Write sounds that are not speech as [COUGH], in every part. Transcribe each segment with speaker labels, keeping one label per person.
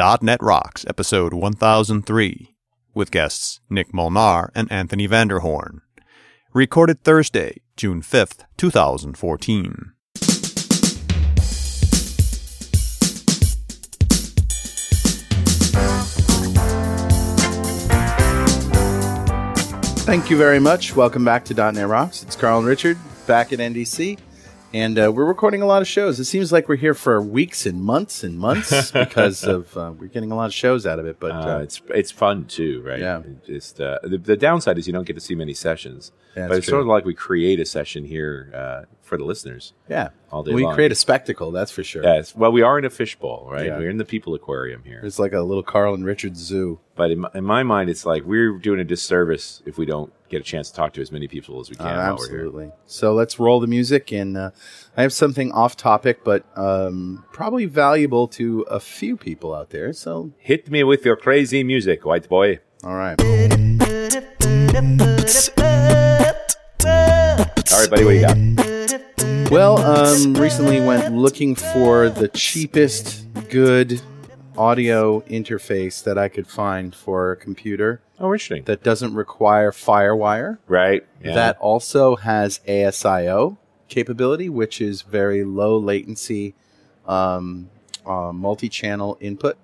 Speaker 1: .NET Rocks, episode 1003, with guests Nick Molnar and Anthony Vanderhorn. Recorded Thursday, June 5th, 2014.
Speaker 2: Thank you very much. Welcome back to .NET Rocks. It's Carl and Richard back at NDC, and uh, we're recording a lot of shows. It seems like we're here for weeks and months and
Speaker 3: [LAUGHS]
Speaker 2: months because of uh, we're getting a lot of shows out of it. But
Speaker 3: Uh,
Speaker 2: uh,
Speaker 3: it's it's fun too, right?
Speaker 2: Yeah.
Speaker 3: It Just uh, the, the downside is you don't get to see many sessions,
Speaker 2: Yeah,
Speaker 3: but
Speaker 2: that's
Speaker 3: it's sort
Speaker 2: true.
Speaker 3: of like we create a session here uh, for the listeners.
Speaker 2: yeah,
Speaker 3: all day
Speaker 2: we
Speaker 3: long.
Speaker 2: create a spectacle. That's for sure.
Speaker 3: Yes. Well, we are in a fishbowl, right?
Speaker 2: Yeah.
Speaker 3: We're in the people aquarium here,
Speaker 2: It's like a little Carl and Richard zoo.
Speaker 3: but in my, in my mind, it's like we're doing a disservice if we don't get a chance to talk to as many people as we can
Speaker 2: Uh,
Speaker 3: while we're here.
Speaker 2: absolutely. So let's roll the music, and uh, I have something off topic, but um, probably valuable to a few people out there. So
Speaker 3: Hit me with your crazy music, white boy.
Speaker 2: all right,
Speaker 3: All right, buddy, what do you got?
Speaker 2: Well, um, recently went looking for the cheapest good audio interface that I could find for a computer
Speaker 3: Oh, interesting.
Speaker 2: that doesn't require FireWire.
Speaker 3: right. Yeah.
Speaker 2: That also has ASIO capability, which is very low latency, um, uh, multi-channel input.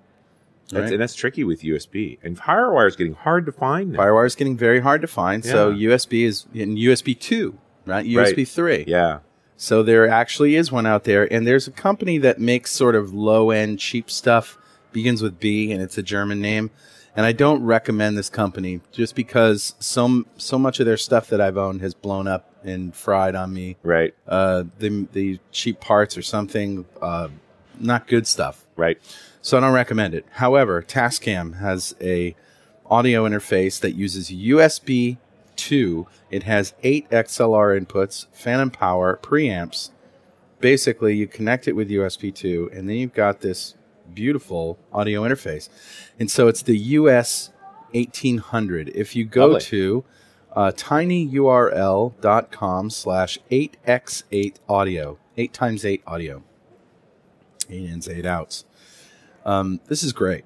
Speaker 3: That's,
Speaker 2: right?
Speaker 3: and that's tricky with USB. And FireWire is getting hard to find. now.
Speaker 2: FireWire is getting very hard to find. So
Speaker 3: Yeah.
Speaker 2: USB is in USB two, not USB three.
Speaker 3: Yeah.
Speaker 2: So there actually is one out there, and there's a company that makes sort of low end cheap stuff. Begins with B, and it's a German name. And I don't recommend this company just because so so much of their stuff that I've owned has blown up and fried on me.
Speaker 3: Right.
Speaker 2: Uh, the the cheap parts or something, uh, not good stuff.
Speaker 3: Right.
Speaker 2: So I don't recommend it. However, Tascam has a audio interface that uses USB 2. It has 8 XLR inputs, phantom power, preamps. Basically, you connect it with USB 2 and then you've got this beautiful audio interface. And so it's the US 1800. If you go
Speaker 3: Lovely.
Speaker 2: to uh, tinyurl.com slash 8x8 audio, 8 times 8 audio, 8 ins, 8 outs. Um, this is great.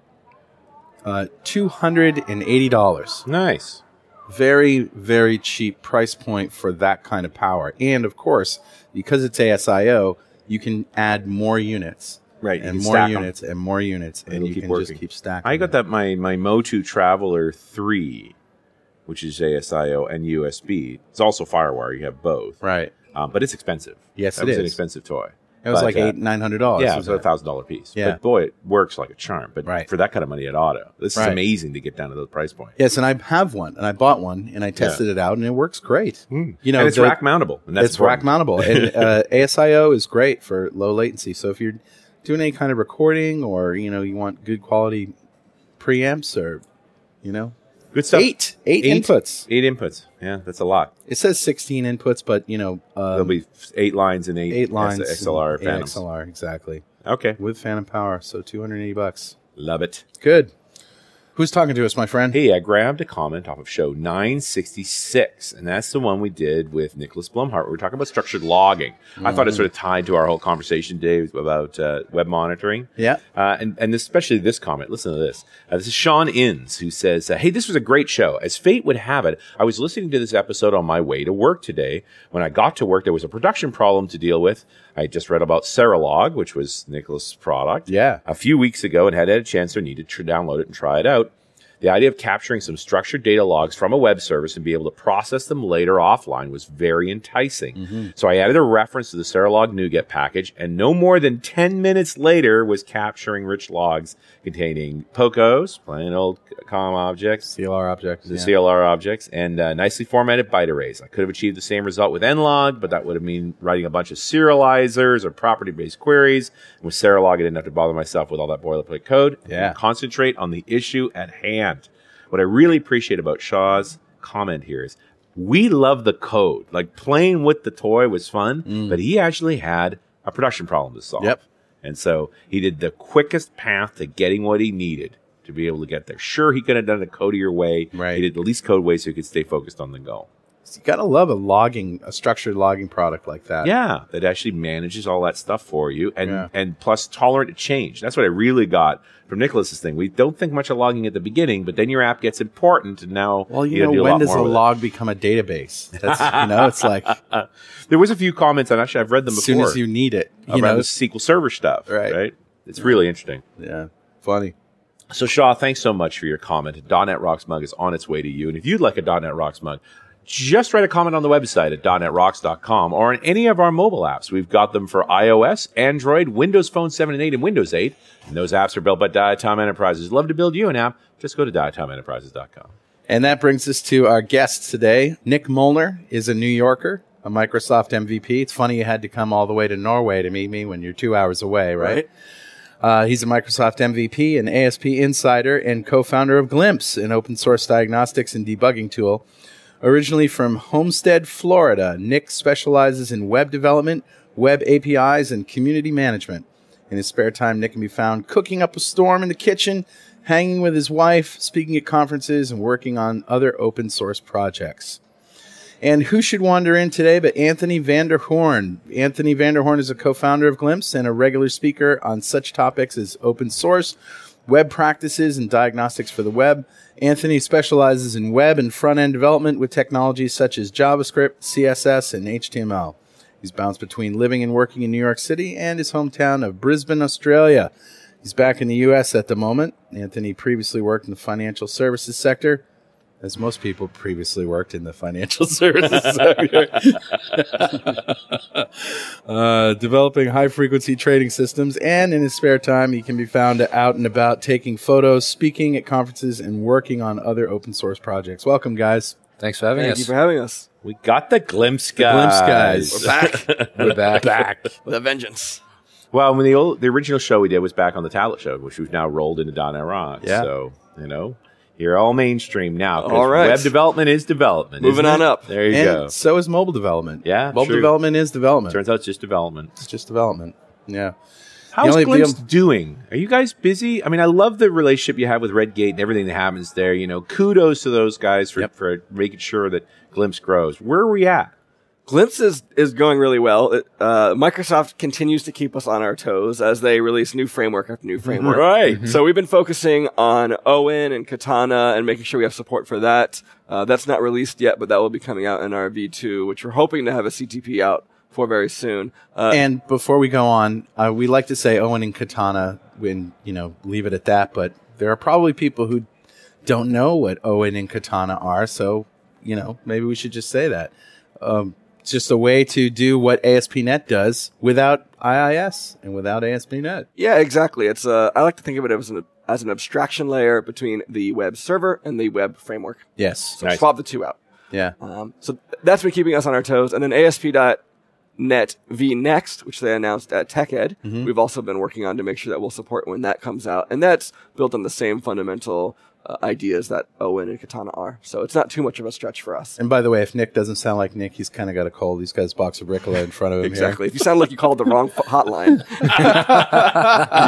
Speaker 2: Uh, $280.
Speaker 3: Nice.
Speaker 2: Very, very cheap price point for that kind of power. And of course, because it's ASIO, you can add more units.
Speaker 3: Right, you
Speaker 2: And
Speaker 3: can
Speaker 2: more
Speaker 3: stack 'em.
Speaker 2: units and more units. And
Speaker 3: It'll
Speaker 2: you
Speaker 3: keep
Speaker 2: can
Speaker 3: working.
Speaker 2: just keep stacking.
Speaker 3: I got
Speaker 2: it.
Speaker 3: that my my Motu Traveler three, which is ASIO and USB. It's also FireWire. You have both,
Speaker 2: Right.
Speaker 3: um, but it's expensive.
Speaker 2: Yes,
Speaker 3: that
Speaker 2: it
Speaker 3: was an
Speaker 2: is. Oh,
Speaker 3: expensive toy.
Speaker 2: It was
Speaker 3: But,
Speaker 2: like
Speaker 3: uh,
Speaker 2: eight, nine hundred dollars.
Speaker 3: yeah, it was a thousand dollar piece.
Speaker 2: Yeah.
Speaker 3: But boy, it works like a charm. But
Speaker 2: Right.
Speaker 3: for that kind of money at auto, this is
Speaker 2: Right.
Speaker 3: amazing to get down to those price point.
Speaker 2: Yes, and I have one, and I bought one, and I tested it out, and it works great. You know,
Speaker 3: and it's
Speaker 2: Hmm. the-
Speaker 3: rack mountable. And that's
Speaker 2: it's rack
Speaker 3: important.
Speaker 2: mountable,
Speaker 3: [LAUGHS]
Speaker 2: and uh, ASIO is great for low latency. So if you're doing any kind of recording, or you know, you want good quality preamps, or you know,
Speaker 3: Good stuff.
Speaker 2: eight, eight
Speaker 3: Eight?
Speaker 2: inputs.
Speaker 3: Eight inputs. Yeah, that's a lot.
Speaker 2: It says sixteen inputs, but you know,
Speaker 3: There'll
Speaker 2: um,
Speaker 3: be eight lines and eight,
Speaker 2: eight lines,
Speaker 3: S- XLR
Speaker 2: eight
Speaker 3: phantoms.
Speaker 2: XLR exactly
Speaker 3: Okay,
Speaker 2: with phantom power. So two hundred eighty bucks.
Speaker 3: love it.
Speaker 2: Good. Who's talking to us, my friend?
Speaker 3: Hey, I grabbed a comment off of show 966, and that's the one we did with Nicholas Blumhart. We were talking about structured logging. I thought it
Speaker 2: Mm-hmm.
Speaker 3: sort of tied to our whole conversation today about uh, web monitoring.
Speaker 2: Yeah.
Speaker 3: Uh, and, and especially this comment. Listen to this. Uh, this is Sean Inns who says, uh, Hey, this was a great show. As fate would have it, I was listening to this episode on my way to work today. When I got to work, there was a production problem to deal with. I had just read about Serilog, which was Nicholas' product
Speaker 2: Yeah.
Speaker 3: a few weeks ago and had had a chance or needed to download it and try it out. The idea of capturing some structured data logs from a web service and be able to process them later offline was very enticing. So I added a reference to the Serilog NuGet package, and no more than 10 minutes later was capturing rich logs containing POCOs, plain old COM objects,
Speaker 2: CLR objects.
Speaker 3: the
Speaker 2: yeah.
Speaker 3: CLR objects, and uh, nicely formatted byte arrays. I could have achieved the same result with nlog, but that would have mean writing a bunch of serializers or property-based queries. And with Serilog, I didn't have to bother myself with all that boilerplate code.
Speaker 2: Yeah.
Speaker 3: Concentrate on the issue at hand. What I really appreciate about Shaw's comment here is we love the code. Like playing with the toy was fun, but he actually had a production problem to solve.
Speaker 2: Mm. Yep.
Speaker 3: And so he did the quickest path to getting what he needed to be able to get there. Sure, he could have done a code your way.
Speaker 2: Right.
Speaker 3: He did the least code way so he could stay focused on the goal.
Speaker 2: You gotta love a logging, a structured logging product like that.
Speaker 3: Yeah, that actually manages all that stuff for you, and
Speaker 2: Yeah.
Speaker 3: and plus tolerant to change. That's what I really got from Nicholas's thing. We don't think much of logging at the beginning, but then your app gets important, and now
Speaker 2: Well, you
Speaker 3: gotta
Speaker 2: know,
Speaker 3: do a
Speaker 2: when
Speaker 3: lot
Speaker 2: does
Speaker 3: more
Speaker 2: a
Speaker 3: with it.
Speaker 2: log become a database? That's you know, it's like
Speaker 3: [LAUGHS]
Speaker 2: as
Speaker 3: There was a few comments on actually I've read them before
Speaker 2: soon as you need it, you
Speaker 3: around
Speaker 2: know.
Speaker 3: the SQL Server stuff.
Speaker 2: Right.
Speaker 3: right. It's really interesting.
Speaker 2: Yeah, funny.
Speaker 3: So Shaw, thanks so much for your comment. .NET Rocks mug is on its way to you, and if you'd like a .NET Rocks mug, just write a comment on the website at .NETRocks.com or on any of our mobile apps. We've got them for iOS, Android, Windows Phone 7 and 8, and Windows 8. And those apps are built by Diatom Enterprises. Love to build you an app. Just go to diatomenterprises.com.
Speaker 2: And that brings us to our guest today. Nick Molnar is a New Yorker, a Microsoft MVP. It's funny you had to come all the way to Norway to meet me when you're two hours away, right? Uh, he's a Microsoft MVP, an ASP insider, and co founder of Glimpse, an open source diagnostics and debugging tool. Originally from Homestead, Florida, Nick specializes in web development, web APIs, and community management. In his spare time, Nick can be found cooking up a storm in the kitchen, hanging with his wife, speaking at conferences, and working on other open source projects. And who should wander in today but Anthony Vanderhorn? Anthony Vanderhorn is a co founder of Glimpse and a regular speaker on such topics as open source, web practices, and diagnostics for the web. Anthony specializes in web and front end development with technologies such as JavaScript, CSS, and HTML. He's bounced between living and working in New York City and his hometown of Brisbane, Australia. He's back in the U.S. at the moment. Anthony previously worked in the financial services sector, as most people previously worked in the financial [LAUGHS] services sector, [LAUGHS] uh, developing high frequency trading systems. And in his spare time, he can be found out and about taking photos, speaking at conferences, and working on other open source projects. Welcome, guys.
Speaker 4: Thanks for having
Speaker 5: Thank
Speaker 4: us.
Speaker 5: you for having us.
Speaker 3: We got the glimpse
Speaker 2: Glimpse
Speaker 3: guys.
Speaker 2: guys.
Speaker 5: back
Speaker 4: We're back.
Speaker 5: with a vengeance.
Speaker 3: Well, when the old, the original show we did was back on the tablet show, which we've now rolled into Don Rocks.
Speaker 2: Yeah.
Speaker 3: So, you know, you're all mainstream now. 'cause
Speaker 5: All right.
Speaker 3: Web development is development. isn't
Speaker 5: Moving
Speaker 3: it?
Speaker 5: on up.
Speaker 3: There you
Speaker 2: and
Speaker 3: go.
Speaker 2: so is mobile development.
Speaker 3: Yeah,
Speaker 2: Mobile
Speaker 3: true.
Speaker 2: development is development.
Speaker 3: Turns out it's just development.
Speaker 2: It's just development. Yeah.
Speaker 3: How's
Speaker 2: only
Speaker 3: Glimpse
Speaker 2: deal-
Speaker 3: doing? Are you guys busy? I mean, I love the relationship you have with Redgate and everything that happens there. You know, kudos to those guys for,
Speaker 2: Yep.
Speaker 3: for making sure that Glimpse grows. Where are we at?
Speaker 5: Glimpse is, is going really well. It, uh, Microsoft continues to keep us on our toes as they release new framework after new framework.
Speaker 3: Mhm. Right.
Speaker 5: So we've been focusing on Owen and Katana and making sure we have support for that. Uh, that's not released yet, but that will be coming out in our V2, which we're hoping to have a CTP out for very soon. Uh,
Speaker 2: and before we go on, uh, we like to say Owen and Katana when, you know, leave it at that. But there are probably people who don't know what Owen and Katana are. So, you know, maybe we should just say that. Um, it's just a way to do what ASP.NET does without IIS and without ASP.NET.
Speaker 5: Yeah, exactly. It's uh, I like to think of it as an as an abstraction layer between the web server and the web framework.
Speaker 2: Yes.
Speaker 5: So
Speaker 3: Nice.
Speaker 5: swap the two out.
Speaker 2: Yeah.
Speaker 5: Um, so that's been keeping us on our toes. And then ASP.NET V Next, which they announced at TechEd, we've also been working on to make sure that we'll support when that comes out. And that's built on the same fundamental uh, ideas that Owen and Katana are. So it's not too much of a stretch for us.
Speaker 2: And by the way, if Nick doesn't sound like Nick, he's kind of got a cold. He's got his box of Ricola in front of him. here.
Speaker 5: Exactly. If you sound like you called the wrong f- hotline,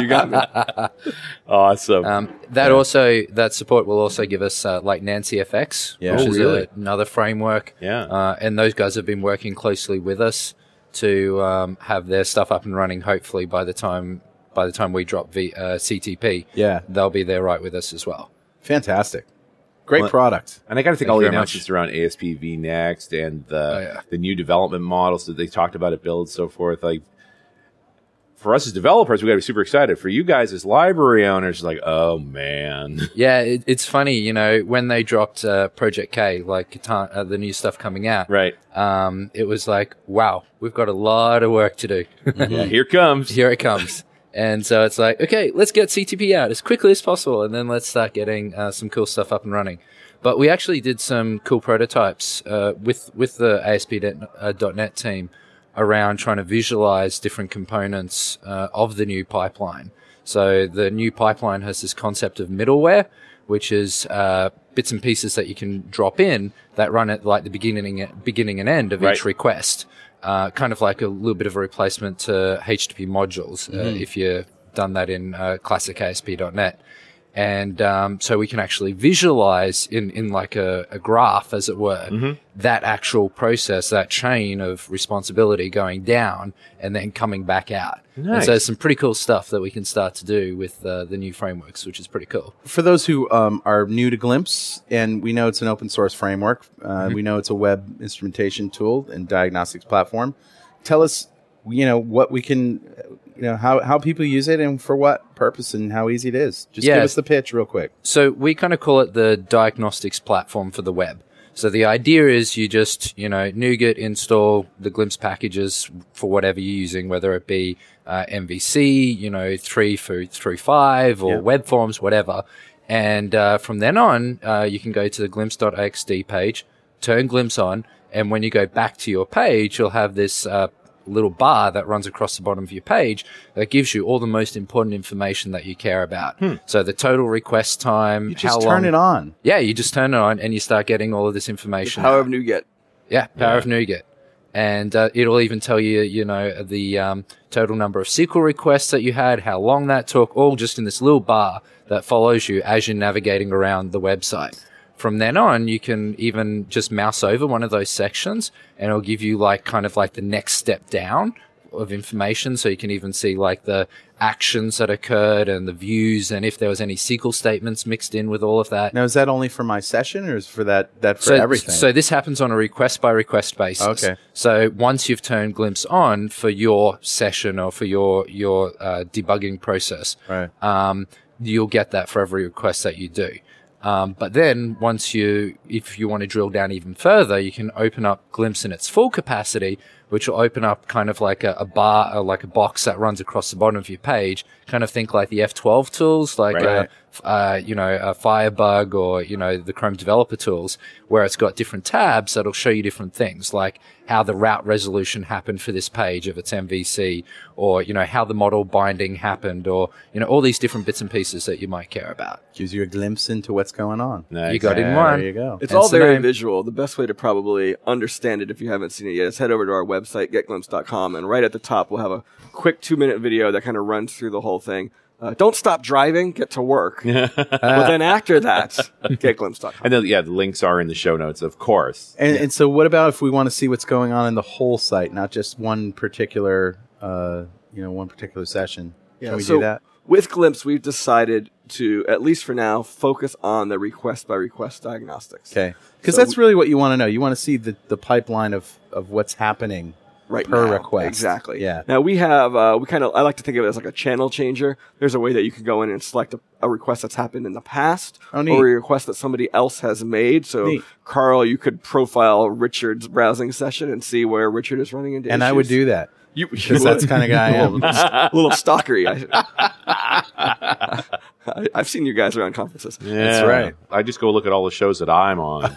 Speaker 5: [LAUGHS] you got me.
Speaker 3: [LAUGHS] Awesome.
Speaker 4: Um, that also that support will also give us uh, like Nancy FX,
Speaker 2: Yeah.
Speaker 4: which
Speaker 2: Oh,
Speaker 4: is
Speaker 3: really?
Speaker 4: a, another framework.
Speaker 3: Yeah.
Speaker 4: uh, and those guys have been working closely with us to um, have their stuff up and running. Hopefully, by the time by the time we drop v, uh, CTP,
Speaker 2: Yeah.
Speaker 4: they'll be there right with us as well.
Speaker 2: Fantastic. Great product.
Speaker 3: And I got to think
Speaker 4: Thank
Speaker 3: all
Speaker 4: you
Speaker 3: the
Speaker 4: very
Speaker 3: announcements around ASPV next and the
Speaker 4: Oh, yeah.
Speaker 3: the new development models that they talked about at Build, so forth. Like for us as developers, we got to be super excited. For you guys as library owners, like oh man, [LAUGHS]
Speaker 4: Yeah, it, it's funny, you know, when they dropped uh, Project K, like Catan- uh, the new stuff coming out, [LAUGHS]
Speaker 3: right?
Speaker 4: um, it was like, wow, we've got a lot of work to do. [LAUGHS]
Speaker 3: Yeah, here comes.
Speaker 4: here it comes. And so it's like, okay, let's get CTP out as quickly as possible, and then let's start getting uh, some cool stuff up and running. But we actually did some cool prototypes uh, with with the ASP.NET team around trying to visualize different components uh, of the new pipeline. So the new pipeline has this concept of middleware, which is uh, bits and pieces that you can drop in that run at like the beginning, beginning and end of
Speaker 3: Right.
Speaker 4: each request, uh, kind of like a little bit of a replacement
Speaker 3: Mm-hmm.
Speaker 4: to HTTP modules uh, if you've done that in uh, classic ASP.NET. and um, so we can actually visualize in in like a, a graph, as it were,
Speaker 3: Mm-hmm.
Speaker 4: that actual process, that chain of responsibility going down and then coming back out. And
Speaker 3: Nice.
Speaker 4: so, there's some pretty cool stuff that we can start to do with uh, the new frameworks, which is pretty cool.
Speaker 2: for those who um, are new to Glimpse, and we know it's an open source framework, uh,
Speaker 4: Mm-hmm.
Speaker 2: we know it's a web instrumentation tool and diagnostics platform. Tell us, you know, what we can, you know, how, how people use it and for what purpose and how easy it is. Just
Speaker 4: Yeah.
Speaker 2: give us the pitch real quick.
Speaker 4: so we kind of call it the diagnostics platform for the web. So the idea is you just, you know, NuGet install the Glimpse packages for whatever you're using, whether it be uh, MVC, you know, three through through five or web forms, whatever. And uh, from then on, uh, you can go to the glimpse.xd page, turn Glimpse on, and when you go back to your page, you'll have this uh, little bar that runs across the bottom of your page that gives you all the most important information that you care about. So the total request time,
Speaker 2: Hmm. You just
Speaker 4: how
Speaker 2: turn
Speaker 4: long-
Speaker 2: it on.
Speaker 4: Yeah, you just turn it on and you start getting all of this information.
Speaker 5: However, new get.
Speaker 4: Yeah, Power of NuGet. And uh, it'll even tell you, you know, the um, total number of SQL requests that you had, how long that took, all just in this little bar that follows you as you're navigating around the website. From then on, you can even just mouse over one of those sections and it'll give you like kind of like the next step down of information. So you can even see like the actions that occurred and the views and if there was any SQL statements mixed in with all of that.
Speaker 2: Now, is that only for my session or is for that, that for everything?
Speaker 4: So this happens on a request by request basis.
Speaker 2: Okay.
Speaker 4: So once you've turned Glimpse on for your session or for your your uh, debugging process,
Speaker 2: right.
Speaker 4: um, you'll get that for every request that you do. Um, but then once you, if you want to drill down even further, you can open up Glimpse in its full capacity, which will open up kind of like a, a bar, or like a box that runs across the bottom of your page. Kind of think like the F12 tools, like, uh,
Speaker 2: Right.
Speaker 4: f- uh, you know, a Firebug or, you know, the Chrome developer tools, where it's got different tabs that'll show you different things, like how the route resolution happened for this page if it's MVC, or, you know, how the model binding happened, or, you know, all these different bits and pieces that you might care about.
Speaker 2: Gives you a glimpse into what's going on.
Speaker 3: Nice.
Speaker 4: You got it in
Speaker 2: There
Speaker 4: one.
Speaker 2: you go.
Speaker 5: It's
Speaker 4: Hence
Speaker 5: all
Speaker 4: the
Speaker 5: very
Speaker 4: name.
Speaker 5: visual. The best way to probably understand it if you haven't seen it yet is head over to our website, getglimpse.com, and right at the top we'll have a quick two minute video that kind of runs through the whole thing. Uh, don't stop driving, get
Speaker 2: [LAUGHS]
Speaker 5: to work. but then after that, getglimpse.com.
Speaker 3: And then, yeah, the links are in the show notes, of course.
Speaker 2: And, and so, what about if we want to see what's going on in the whole site, not just one particular, uh, you know, one particular session? Can we
Speaker 5: so
Speaker 2: do that?
Speaker 5: With Glimpse, we've decided to, at least for now, focus on the request by request diagnostics.
Speaker 2: Okay, because
Speaker 5: So
Speaker 2: that's really what you want to know. You want to see the, the pipeline of, of what's happening.
Speaker 5: right
Speaker 2: per
Speaker 5: now.
Speaker 2: request.
Speaker 5: Exactly.
Speaker 2: Yeah.
Speaker 5: Now we have uh, we kind of I like to think of it as like a channel changer. There's a way that you can go in and select a, a request that's happened in the past,
Speaker 2: Oh, neat.
Speaker 5: or a request that somebody else has made. So
Speaker 2: Neat.
Speaker 5: Carl, you could profile Richard's browsing session and see where Richard is running into.
Speaker 2: And I would
Speaker 5: issues.
Speaker 2: do that [LAUGHS]
Speaker 5: you
Speaker 2: because that's the kind of guy I am.
Speaker 5: [LAUGHS] a little stalkery. I,
Speaker 2: [LAUGHS]
Speaker 5: [LAUGHS] I, I've seen you guys around conferences.
Speaker 3: That's
Speaker 2: right.
Speaker 3: I just go look at all the shows that I'm
Speaker 4: [LAUGHS]
Speaker 3: on.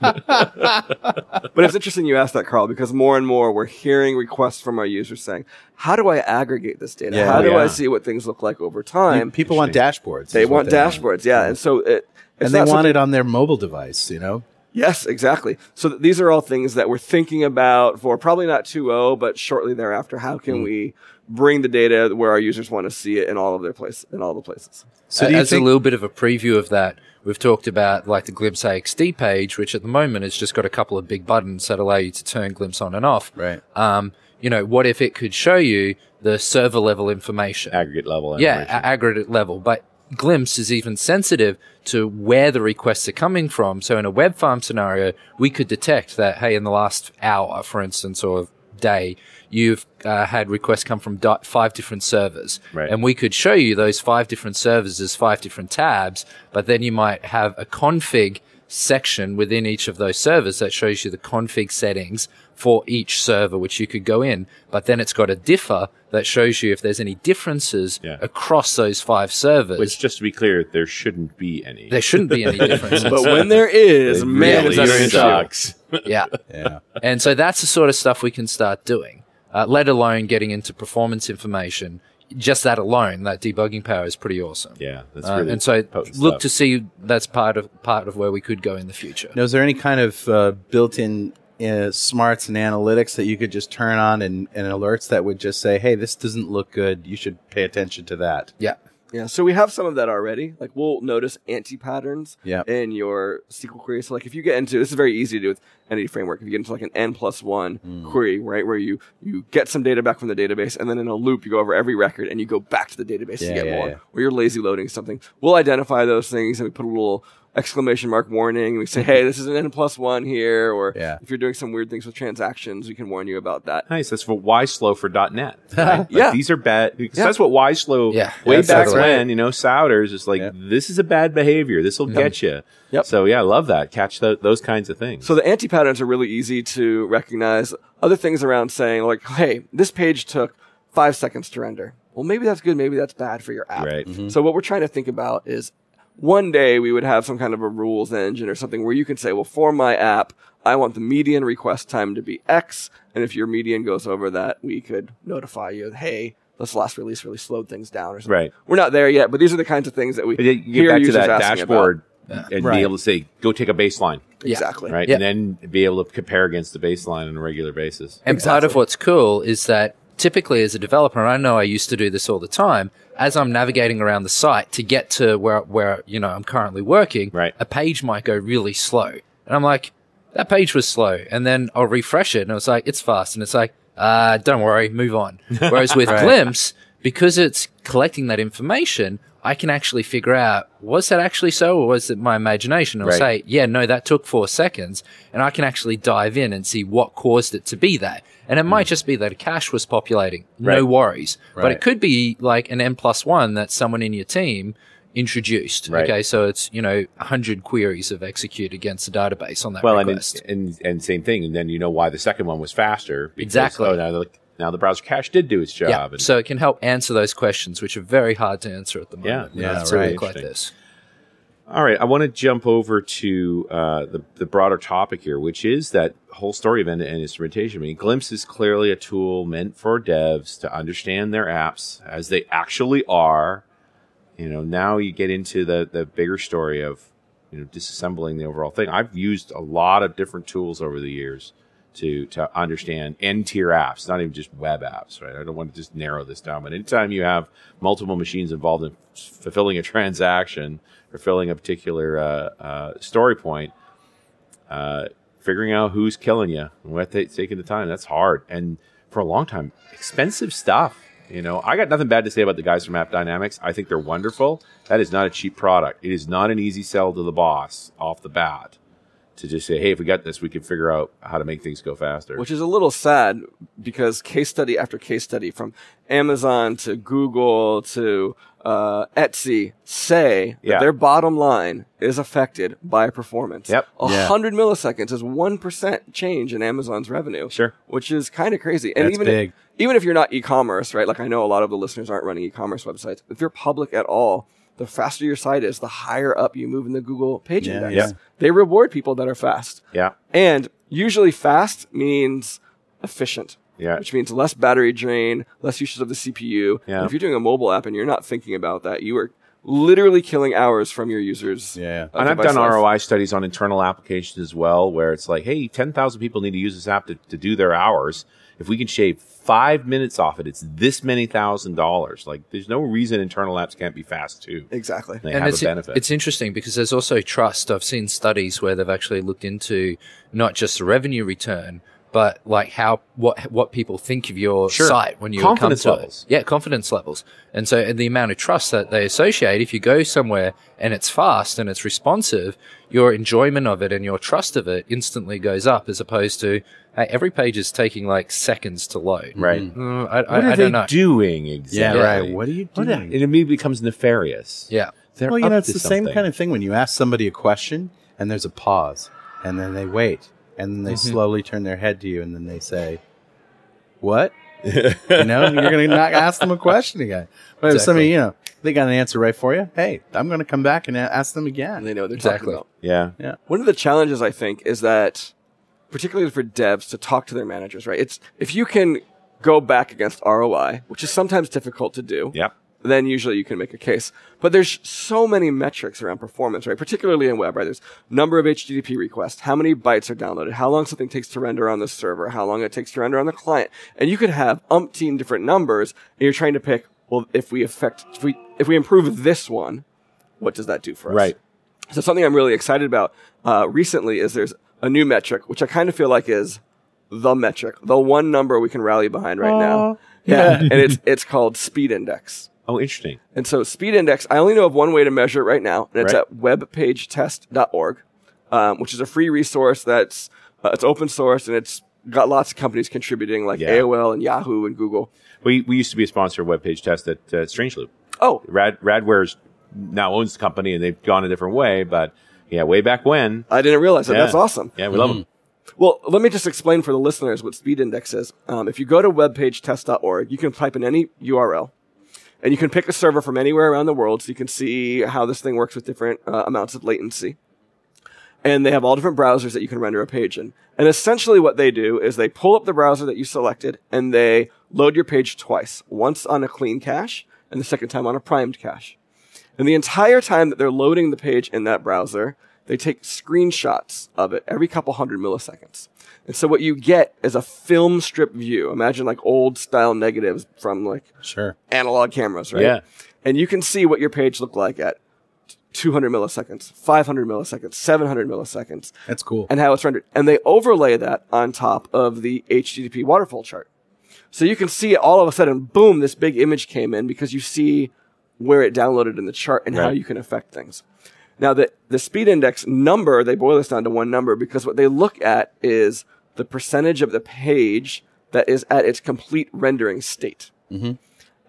Speaker 5: But it's interesting you asked that, Carl, because more and more we're hearing requests from our users saying, "How do I aggregate this data?
Speaker 2: Yeah.
Speaker 5: How do I
Speaker 3: Yeah.
Speaker 5: see what things look like over time?"
Speaker 2: People want dashboards.
Speaker 5: They
Speaker 2: is what
Speaker 5: want dashboards, yeah. And so it, it's
Speaker 2: and they
Speaker 5: not
Speaker 2: want
Speaker 5: something-
Speaker 2: it on their mobile device. You know,
Speaker 5: Yes, exactly. So th- these are all things that we're thinking about for probably not 2.0, but shortly thereafter. How
Speaker 2: Hmm.
Speaker 5: can we bring the data where our users want to see it in all of their places, in all the places?
Speaker 2: so
Speaker 4: A-
Speaker 2: do you
Speaker 4: as
Speaker 2: think
Speaker 4: a little bit of a preview of that, we've talked about like the Glimpse AXD page, which at the moment has just got a couple of big buttons that allow you to turn Glimpse on and off.
Speaker 2: Right.
Speaker 4: Um, you know, what if it could show you the server level information?
Speaker 3: Aggregate level.
Speaker 4: yeah,
Speaker 3: information.
Speaker 4: a- aggregate level. But Glimpse is even sensitive to where the requests are coming from. So in a web farm scenario, we could detect that, hey, in the last hour, for instance, or day, you've uh, had requests come from di- five different servers.
Speaker 3: Right.
Speaker 4: And we could show you those five different servers as five different tabs, but then you might have a config section within each of those servers that shows you the config settings for each server, which you could go in. But then it's got a differ that shows you if there's any differences
Speaker 3: Yeah.
Speaker 4: across those five servers.
Speaker 3: Which, just to be clear, there shouldn't be any.
Speaker 4: there shouldn't
Speaker 3: [LAUGHS]
Speaker 4: be any differences.
Speaker 5: But
Speaker 4: [LAUGHS]
Speaker 5: when there is, man,
Speaker 3: Really
Speaker 5: is that an
Speaker 3: really
Speaker 5: issue.
Speaker 3: sucks.
Speaker 4: yeah.
Speaker 2: Yeah.
Speaker 4: And so that's the sort of stuff we can start doing, uh, let alone getting into performance information. Just that alone, that debugging power is pretty awesome.
Speaker 3: Yeah, that's
Speaker 4: Uh,
Speaker 3: really
Speaker 4: and so
Speaker 3: potent
Speaker 4: look
Speaker 3: stuff.
Speaker 4: to see that's part of part of where we could go in the future.
Speaker 2: [LAUGHS] Now, is there any kind of uh, built-in uh, smarts and analytics that you could just turn on and, and alerts that would just say, "Hey, this doesn't look good. You should pay attention to that."
Speaker 4: Yeah.
Speaker 5: Yeah, so we have some of that already. Like we'll notice anti-patterns
Speaker 2: Yep.
Speaker 5: in your SQL query. So like if you get into this is very easy to do with any framework. If you get into like an n plus one
Speaker 2: Hmm.
Speaker 5: query, right, where you you get some data back from the database, and then in a loop you go over every record and you go back to the database
Speaker 2: Yeah,
Speaker 5: to get
Speaker 2: yeah,
Speaker 5: more,
Speaker 2: yeah.
Speaker 5: or you're lazy loading something. We'll identify those things and we put a little exclamation mark warning. and We say, hey, this is an n plus one here, or
Speaker 2: Hmm. Yeah.
Speaker 5: if you're doing some weird things with transactions, we can warn you about that.
Speaker 3: Nice. That's for why slow for .net. right? Like,
Speaker 5: Yeah.
Speaker 3: these are bad. Because
Speaker 5: Yeah.
Speaker 3: That's what why slow.
Speaker 4: Yeah.
Speaker 3: Way
Speaker 4: Yeah,
Speaker 3: back
Speaker 4: exactly.
Speaker 3: when, you know, Souders is like
Speaker 2: Yeah.
Speaker 3: this is a bad behavior. This will get you.
Speaker 5: Yep.
Speaker 3: So yeah, I love that. Catch tho- those kinds of things.
Speaker 5: So the anti patterns are really easy to recognize. Other things around saying like, "Hey, this page took five seconds to render." Well, maybe that's good. Maybe that's bad for your app.
Speaker 3: Right.
Speaker 5: So what we're trying to think about is one day we would have some kind of a rules engine or something where you can say, "Well, for my app, I want the median request time to be X, and if your median goes over that, we could notify you, "Hey, this last release really slowed things down." Or something.
Speaker 3: Right.
Speaker 5: We're not there yet, but these are the kinds of things that we
Speaker 3: But you get
Speaker 5: hear
Speaker 3: back to
Speaker 5: users
Speaker 3: that
Speaker 5: asking about.
Speaker 3: dashboard and
Speaker 2: Right.
Speaker 3: be able to say, go take a baseline,
Speaker 4: Yeah.
Speaker 5: Exactly.
Speaker 3: right?
Speaker 4: Yeah.
Speaker 3: And then be able to compare against the baseline on a regular basis.
Speaker 4: And part of what's cool is that typically as a developer, and I know I used to do this all the time, as I'm navigating around the site to get to where where you know I'm currently working,
Speaker 3: Right.
Speaker 4: a page might go really slow. And I'm like, that page was slow. And then I'll refresh it and it's like, it's fast. And it's like, uh, don't worry,
Speaker 3: [LAUGHS]
Speaker 4: move on. Whereas with Glimpse, because it's collecting that information, I can actually figure out was that actually so or was it my imagination? It'll
Speaker 3: Right.
Speaker 4: say, yeah, no, that took four seconds. And I can actually dive in and see what caused it to be that. And it might just be that a cache was populating. No
Speaker 3: Mm. Right.
Speaker 4: worries. But
Speaker 2: Right.
Speaker 4: it could be like an N plus one that someone in your team introduced.
Speaker 3: Right.
Speaker 4: Okay. So it's, you know, 100 queries of execute against the database on that
Speaker 3: Well, and,
Speaker 4: request.
Speaker 3: it's- and and same thing. And then you know why the second one was faster. because,
Speaker 4: Exactly.
Speaker 3: Oh, now the, now the browser cache did do its job.
Speaker 4: yeah.
Speaker 3: and-
Speaker 4: So it can help answer those questions, which are very hard to answer at the
Speaker 3: Yeah,
Speaker 4: moment.
Speaker 2: yeah,
Speaker 4: It's a
Speaker 2: right.
Speaker 4: look like
Speaker 3: Interesting.
Speaker 4: this.
Speaker 3: All right, I want to jump over to uh, the the broader topic here, which is that whole story of end-to-end instrumentation. I mean, Glimpse is clearly a tool meant for devs to understand their apps as they actually are. You know, now you get into the the bigger story of you know disassembling the overall thing. I've used a lot of different tools over the years to to understand end tier apps, not even just web apps, right? I don't want to just narrow this down, but anytime you have multiple machines involved in fulfilling a [LAUGHS] transaction or filling a particular uh, uh, story point, uh, figuring out who's killing you and what they taking the time, that's hard. And for a long time, expensive stuff. You know, I got nothing bad to say about the guys from App Dynamics. I think they're wonderful. That is not a cheap product. It is not an easy sell to the boss off the bat to just say, hey, if we got this, we can figure out how to make things go faster.
Speaker 5: Which is a little sad because case study after case study from Amazon to Google to uh, Etsy say that
Speaker 3: Yeah.
Speaker 5: their bottom line is affected by performance.
Speaker 3: Yep.
Speaker 5: A
Speaker 2: Yeah.
Speaker 5: hundred milliseconds is one percent change in Amazon's revenue.
Speaker 3: Sure.
Speaker 5: Which is kind of crazy. And
Speaker 2: That's
Speaker 5: even
Speaker 2: big.
Speaker 5: If, even if you're not e-commerce, right? Like I know a lot of the listeners aren't running e-commerce websites. If you're public at all, the faster your site is, the higher up you move in the Google page
Speaker 2: Yeah,
Speaker 5: index.
Speaker 2: yeah.
Speaker 5: They reward people that are fast.
Speaker 3: yeah.
Speaker 5: And usually fast means efficient.
Speaker 3: Yeah.
Speaker 5: Which means less battery drain, less usage of the CPU.
Speaker 3: Yeah.
Speaker 5: And If you're doing a mobile app and you're not thinking about that, you are literally killing hours from your users.
Speaker 2: Yeah.
Speaker 5: uh,
Speaker 3: and I've
Speaker 5: device
Speaker 3: done
Speaker 5: life.
Speaker 3: ROI studies on internal applications as well, where it's like, hey, 10,000 people need to use this app to, to do their hours. If we can shave five minutes off it, it's this many thousand dollars. Like, there's no reason internal apps can't be fast too.
Speaker 5: Exactly.
Speaker 3: They have
Speaker 4: it's,
Speaker 3: a benefit.
Speaker 4: It's interesting because there's also trust. I've seen studies where they've actually looked into not just the revenue return, but like how what what people think of your
Speaker 3: Sure.
Speaker 4: site when you
Speaker 3: Confidence
Speaker 4: come to
Speaker 3: levels.
Speaker 4: It. Yeah, confidence levels, and so and the amount of trust that they associate. If you go somewhere and it's fast and it's responsive, your enjoyment of it and your trust of it instantly goes up, as opposed to hey, every page is taking like seconds to load.
Speaker 3: right.
Speaker 2: Mm-hmm.
Speaker 4: Mm, I, I,
Speaker 3: What are
Speaker 4: I
Speaker 3: they
Speaker 4: don't know.
Speaker 3: doing
Speaker 2: Yeah,
Speaker 3: exactly?
Speaker 2: right. What are you
Speaker 3: What
Speaker 2: doing?
Speaker 3: the- it immediately becomes nefarious.
Speaker 4: yeah.
Speaker 3: They're
Speaker 2: well, you
Speaker 3: up
Speaker 2: know, it's
Speaker 3: to
Speaker 2: the same
Speaker 3: something.
Speaker 2: kind of thing when you ask somebody a question and there's a pause and then they wait and then they slowly turn their head to you and then they say, What? you know, you're going to not ask them a question again. But if somebody,
Speaker 4: Exactly.
Speaker 2: you know, they got an answer right for you, hey, I'm going to come back and a- ask them
Speaker 5: And
Speaker 2: again.
Speaker 5: they know what they're
Speaker 4: Exactly.
Speaker 5: talking about.
Speaker 3: Yeah.
Speaker 5: One of the challenges I think is that particularly for devs to talk to their managers, right? It's if you can go back against ROI, which is sometimes difficult to do.
Speaker 3: Yep.
Speaker 5: then usually you can make a case. But there's so many metrics around performance, right? Particularly in web, right? There's number of HTTP requests, how many bytes are downloaded, how long something takes to render on the server, how long it takes to render on the client. And you could have umpteen different numbers and you're trying to pick well, if we affect, if we if we improve this one, what does that do for us?
Speaker 3: Right.
Speaker 5: So something I'm really excited about uh, recently is there's a new metric, which I kind of feel like is the metric, the one number we can rally behind right now. Yeah, and it's it's called speed index.
Speaker 3: Oh, interesting.
Speaker 5: And so speed index, I only know of one way to measure it right now, and it's
Speaker 3: Right.
Speaker 5: at webpagetest.org, um, which is a free resource that's uh, it's open source and it's got lots of companies contributing like
Speaker 3: Yeah.
Speaker 5: AOL and Yahoo and Google.
Speaker 3: We, we used to be a sponsor of webpage test at uh, Strange Loop.
Speaker 5: Oh,
Speaker 3: Rad, Radware's now owns the company and they've gone a different way, but yeah, way back when.
Speaker 5: I didn't realize that.
Speaker 3: Yeah.
Speaker 5: That's awesome.
Speaker 3: Yeah, we love 'em. love them.
Speaker 5: Well, let me just explain for the listeners what speed index is. Um, if you go to webpagetest.org, you can type in any URL and you can pick a server from anywhere around the world so you can see how this thing works with different uh, amounts of latency. And they have all different browsers that you can render a page in. And essentially what they do is they pull up the browser that you selected and they load your page twice, once on a clean cache and the second time on a primed cache. And the entire time that they're loading the page in that browser, they take screenshots of it every couple hundred milliseconds. And so what you get is a film strip view. Imagine like old style negatives from like
Speaker 2: Sure.
Speaker 5: analog cameras, right?
Speaker 3: Yeah.
Speaker 5: And you can see what your page looked like at 200 milliseconds, 500 milliseconds, 700 milliseconds,
Speaker 2: That's cool.
Speaker 5: and how it's rendered. And they overlay that on top of the HTTP waterfall chart. So you can see all of a sudden, boom, this big image came in because you see where it downloaded in the chart and how
Speaker 3: Right.
Speaker 5: you can affect things. Now, the, the speed index number, they boil this down to one number because what they look at is the percentage of the page that is at its complete rendering state.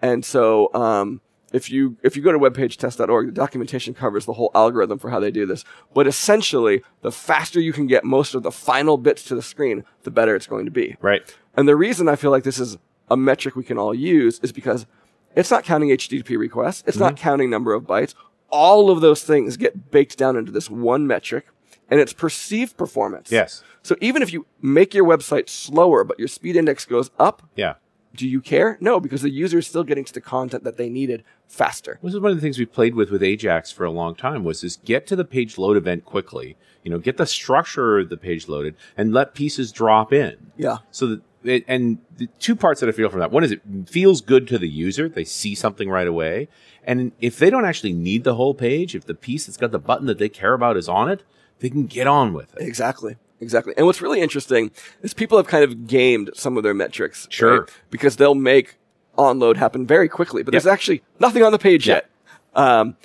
Speaker 5: And so, um, if you if you go to webpagetest.org, the documentation covers the whole algorithm for how they do this. But essentially, the faster you can get most of the final bits to the screen, the better it's going to be.
Speaker 3: Right.
Speaker 5: And the reason I feel like this is a metric we can all use is because it's not counting HTTP requests, it's not counting number of bytes. All of those things get baked down into this one metric, and it's perceived performance.
Speaker 3: Yes.
Speaker 5: So even if you make your website slower, but your speed index goes up,
Speaker 3: Yeah.
Speaker 5: do you care? No, because the user is still getting to the content that they needed faster.
Speaker 3: This is one of the things we played with with Ajax for a long time was is get to the page load event quickly. You know, get the structure of the page loaded and let pieces drop in.
Speaker 5: Yeah.
Speaker 3: So that it, and the two parts that I feel from that one is it feels good to the user; they see something right away. And if they don't actually need the whole page, if the piece that's got the button that they care about is on it, they can get on with it.
Speaker 5: Exactly. Exactly. And what's really interesting is people have kind of gamed some of their metrics.
Speaker 3: Sure.
Speaker 5: Because they'll make onload happen very quickly, but there's actually nothing on the page
Speaker 3: Yeah.
Speaker 5: yet. Um,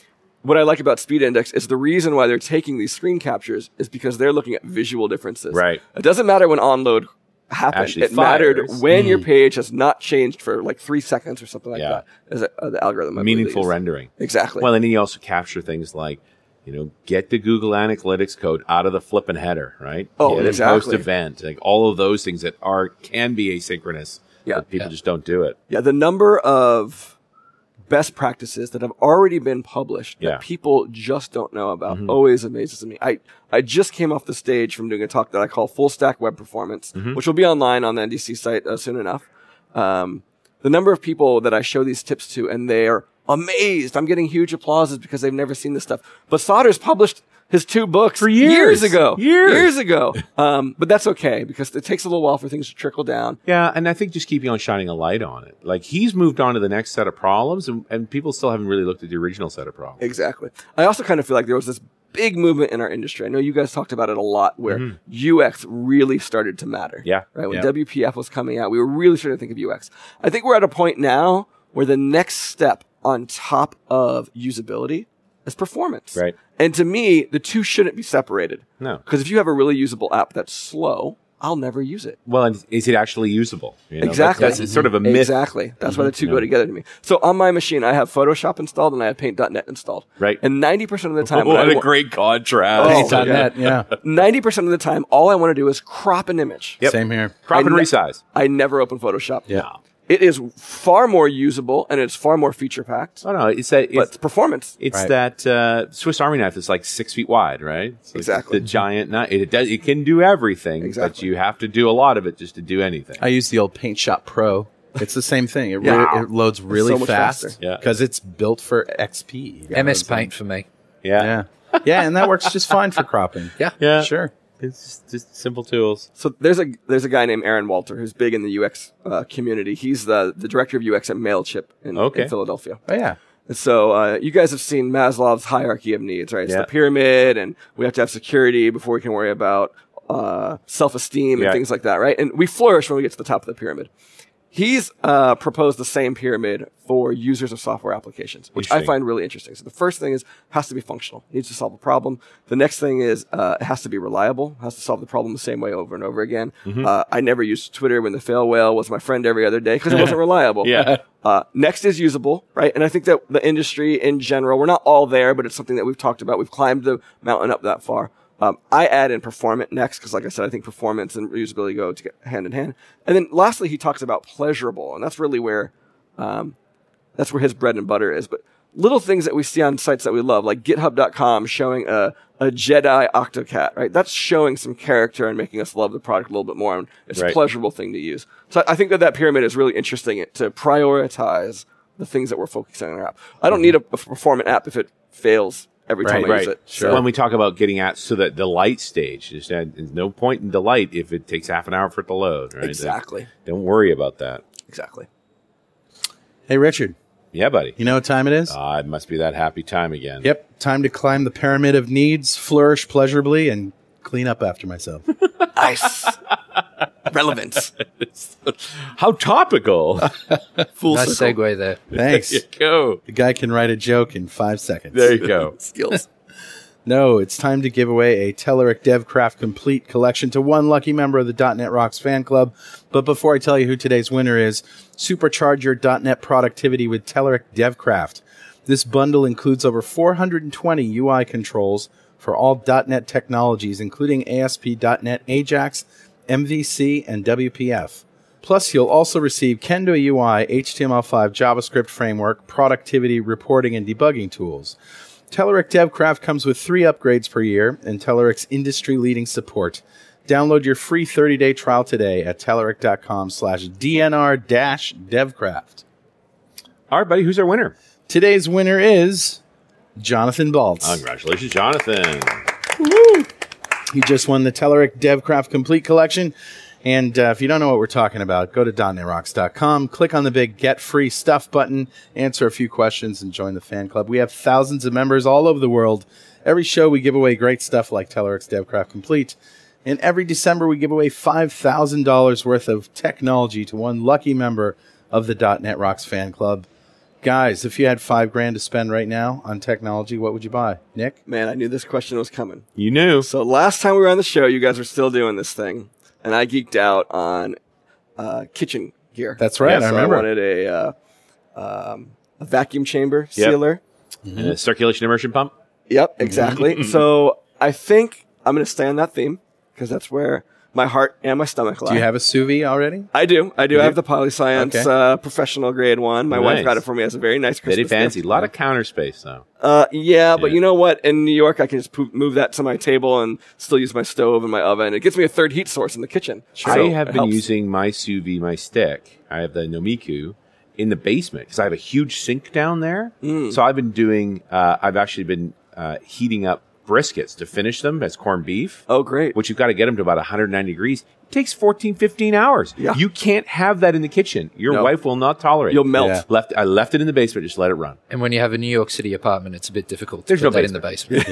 Speaker 5: what I like about Speed Index is the reason why they're taking these screen captures is because they're looking at visual differences.
Speaker 3: Right.
Speaker 5: It doesn't matter when onload happened.
Speaker 3: Actually
Speaker 5: it mattered
Speaker 3: fires. Mm.
Speaker 5: when your page has not changed for like three seconds or something like
Speaker 3: Yeah.
Speaker 5: that. Is uh, the algorithm. I believe they
Speaker 3: Meaningful
Speaker 5: use.
Speaker 3: rendering.
Speaker 5: Exactly.
Speaker 3: Well, and then you also capture things like, you know, get the Google Analytics code out of the flippin' header, right?
Speaker 5: Oh,
Speaker 3: get
Speaker 5: exactly.
Speaker 3: Post event, like all of those things that are can be asynchronous.
Speaker 5: Yeah.
Speaker 3: but people just don't do it.
Speaker 5: Yeah, the number of best practices that have already been published
Speaker 3: Yeah. Mm-hmm.
Speaker 5: that people just don't know about always amazes me. I, I just came off the stage from doing a talk that I call Full Stack Web Performance,
Speaker 3: Mm-hmm.
Speaker 5: which will be online on the NDC site uh, soon enough. Um, the number of people that I show these tips to and they are amazed. I'm getting huge applauses because they've never seen this stuff. But Sauter's published his two books for
Speaker 3: years.
Speaker 5: ago.
Speaker 3: Years.
Speaker 5: ago. [LAUGHS] Um, but that's okay because it takes a little while for things to trickle down.
Speaker 3: Yeah, and I think just keeping on shining a light on it. Like he's moved on to the next set of problems, and, and people still haven't really looked at the original set of problems.
Speaker 5: Exactly. I also kind of feel like there was this big movement in our industry. I know you guys talked about it a lot where UX really started to matter.
Speaker 3: Mm-hmm. Yeah.
Speaker 5: Right. When
Speaker 2: Yeah.
Speaker 5: WPF was coming out, we were really starting to think of UX. I think we're at a point now where the next step on top of usability is performance.
Speaker 3: Right.
Speaker 5: And to me, the two shouldn't be separated.
Speaker 3: No.
Speaker 5: Because if you have a really usable app that's slow, I'll never use it.
Speaker 3: Well, and is it actually usable? You know, that's-
Speaker 5: Exactly.
Speaker 3: That's, it's sort of a myth. Mm-hmm.
Speaker 5: Exactly. That's why the two go together to me. So on my machine, I have Photoshop installed and I have Paint.net installed.
Speaker 3: Right.
Speaker 5: And 90% of the time, when I
Speaker 3: [LAUGHS] What a
Speaker 5: wa-
Speaker 3: great contrast.
Speaker 5: Oh.
Speaker 4: Done that.
Speaker 2: Yeah.
Speaker 5: 90% of the time, all I want to do is crop an image.
Speaker 3: Yep.
Speaker 2: Same here.
Speaker 3: Crop and
Speaker 5: I ne-
Speaker 3: resize.
Speaker 5: I never open Photoshop.
Speaker 2: Yeah.
Speaker 5: It is far more usable and it's far more feature packed,
Speaker 3: Oh no, it's that. It's,
Speaker 5: but it's performance.
Speaker 3: It's
Speaker 2: Right.
Speaker 3: that uh, Swiss Army knife that's like six feet wide, right? It's like
Speaker 5: Exactly.
Speaker 3: The giant knife. It does. It can do everything, but
Speaker 5: Exactly.
Speaker 3: you have to do a lot of it just to do anything.
Speaker 2: I use the old Paint Shop Pro. It's the same thing. It,
Speaker 5: Yeah.
Speaker 2: re- it loads really
Speaker 5: so much
Speaker 2: fast
Speaker 5: faster.
Speaker 3: Yeah.
Speaker 2: because it's built for XP. you know
Speaker 4: MS
Speaker 2: what I'm
Speaker 4: Paint for me.
Speaker 3: yeah.
Speaker 2: saying? Yeah. Yeah, and that works just fine for cropping.
Speaker 4: Yeah.
Speaker 3: Yeah.
Speaker 2: Sure.
Speaker 3: It's just, just simple tools.
Speaker 5: So there's a there's a guy named Aaron Walter who's big in the UX uh, community. He's the the director of UX at Mailchimp in,
Speaker 3: Okay.
Speaker 5: in Philadelphia.
Speaker 2: Oh yeah.
Speaker 5: And So uh, you guys have seen Maslow's hierarchy of needs, right? It's
Speaker 3: Yeah.
Speaker 5: the pyramid, and we have to have security before we can worry about uh, self-esteem
Speaker 3: Yeah.
Speaker 5: and things like that, right? And we flourish when we get to the top of the pyramid. He's uh, proposed the same pyramid for users of software applications, which I
Speaker 3: Interesting.
Speaker 5: find really interesting. So the first thing is has to be functional, needs to solve a problem. The next thing is uh, it has to be reliable, has to solve the problem the same way over and over again.
Speaker 3: Mm-hmm.
Speaker 5: Uh, I never used Twitter when the fail whale was my friend every other day because
Speaker 3: [LAUGHS]
Speaker 5: it wasn't reliable.
Speaker 3: Yeah.
Speaker 5: Uh, next is usable, right? And I think that the industry in general, we're not all there, but it's something that we've talked about. We've climbed the mountain up that far. Um, I add in performant next because, like I said, I think performance and reusability go to hand in hand. And then lastly, he talks about pleasurable, and that's really where um, that's where his bread and butter is. But little things that we see on sites that we love, like GitHub.com showing a, a Jedi Octocat, right? That's showing some character and making us love the product a little bit more. And it's
Speaker 3: Right.
Speaker 5: a pleasurable thing to use. So I I think that that pyramid is really interesting to prioritize the things that we're focusing on our app. I
Speaker 3: Mm-hmm.
Speaker 5: don't need a, a performant app if it fails every time I use it.
Speaker 3: Sure. When we talk about getting at so that the light stage, there's there's no point in delight if it takes half an hour for it to load. Right?
Speaker 5: Exactly.
Speaker 3: Don't worry about that.
Speaker 5: Exactly.
Speaker 2: Hey Richard,
Speaker 3: Yeah, buddy.
Speaker 2: you know what time it is?
Speaker 3: Ah, it must be that happy time again.
Speaker 2: Yep, time to climb the pyramid of needs, flourish pleasurably, and clean up after
Speaker 3: [LAUGHS]
Speaker 2: myself.
Speaker 5: Nice. Relevance.
Speaker 3: [LAUGHS] How topical. Full
Speaker 4: Nice
Speaker 3: circle.
Speaker 4: segue there.
Speaker 2: Thanks.
Speaker 3: There you go.
Speaker 2: The guy can write a joke in five seconds.
Speaker 3: There you
Speaker 5: [LAUGHS]
Speaker 3: go.
Speaker 5: Skills.
Speaker 2: No, it's time to give away a Telerik DevCraft Complete Collection to one lucky member of the .NET Rocks fan club. But before I tell you who today's winner is, supercharge your .NET productivity with Telerik DevCraft. This bundle includes over 420 UI controls for all .NET technologies, including ASP.NET AJAX, MVC, and WPF. Plus, you'll also receive Kendo UI, HTML5 JavaScript framework, productivity, reporting, and debugging tools. Telerik DevCraft comes with three upgrades per year and Telerik's industry-leading support. Download your free 30-day trial today at telerik.com slash DNR dash DevCraft.
Speaker 3: All right, buddy. Who's our winner?
Speaker 2: Today's winner is Jonathan Baltz.
Speaker 3: Congratulations, Jonathan.
Speaker 2: He just won the Telerik DevCraft Complete Collection. And uh, if you don't know what we're talking about, go to .NETRocks.com, click on the big Get Free Stuff button, answer a few questions, and join the fan club. We have thousands of members all over the world. Every show we give away great stuff like Telerik's DevCraft Complete. And every December we give away $5,000 worth of technology to one lucky member of the .NET Rocks fan club. Guys, if you had five grand to spend right now on technology, what would you buy? Nick?
Speaker 5: Man, I knew this question was coming.
Speaker 3: You knew.
Speaker 5: So last time we were on the show, you guys were still doing this thing, and I geeked out on uh, kitchen gear.
Speaker 2: That's right,
Speaker 3: Yes,
Speaker 2: I
Speaker 5: So
Speaker 2: remember.
Speaker 5: I wanted a, uh, um, a vacuum chamber sealer.
Speaker 3: And a circulation immersion pump.
Speaker 5: Yep,
Speaker 2: Mm-hmm. [LAUGHS]
Speaker 5: exactly. so I think I'm going to stay on that theme because that's where my heart and my stomach lie.
Speaker 2: Do you have a sous vide already?
Speaker 5: I do. I do have the polyscience
Speaker 2: Okay.
Speaker 5: uh, professional grade one. My
Speaker 3: Nice.
Speaker 5: wife got it for me as a very nice Christmas
Speaker 3: Very fancy.
Speaker 5: gift.
Speaker 3: A lot of counter space, though.
Speaker 5: Uh, yeah, but
Speaker 3: Yeah.
Speaker 5: you know what? In New York, I can just po- move that to my table and still use my stove and my oven. It gives me a third heat source in the kitchen. So
Speaker 3: I have
Speaker 5: it
Speaker 3: been
Speaker 5: helps.
Speaker 3: using my sous vide, my stick. I have the Nomiku in the basement because I have a huge sink down there.
Speaker 5: Hmm.
Speaker 3: So I've been doing. Uh, I've actually been uh, heating up briskets to finish them as corned beef.
Speaker 5: Oh, great.
Speaker 3: Which you've got to get them to about 190 degrees. It takes 14, 15 hours.
Speaker 5: Yeah.
Speaker 3: You can't have that in the kitchen. Your
Speaker 5: No.
Speaker 3: wife will not tolerate.
Speaker 5: You'll
Speaker 3: it.
Speaker 5: melt.
Speaker 2: Yeah.
Speaker 3: Left. I left it in the basement. Just let it run.
Speaker 4: And when you have a New York City apartment, it's a bit difficult to
Speaker 3: There's
Speaker 4: put
Speaker 3: no
Speaker 4: that in the basement.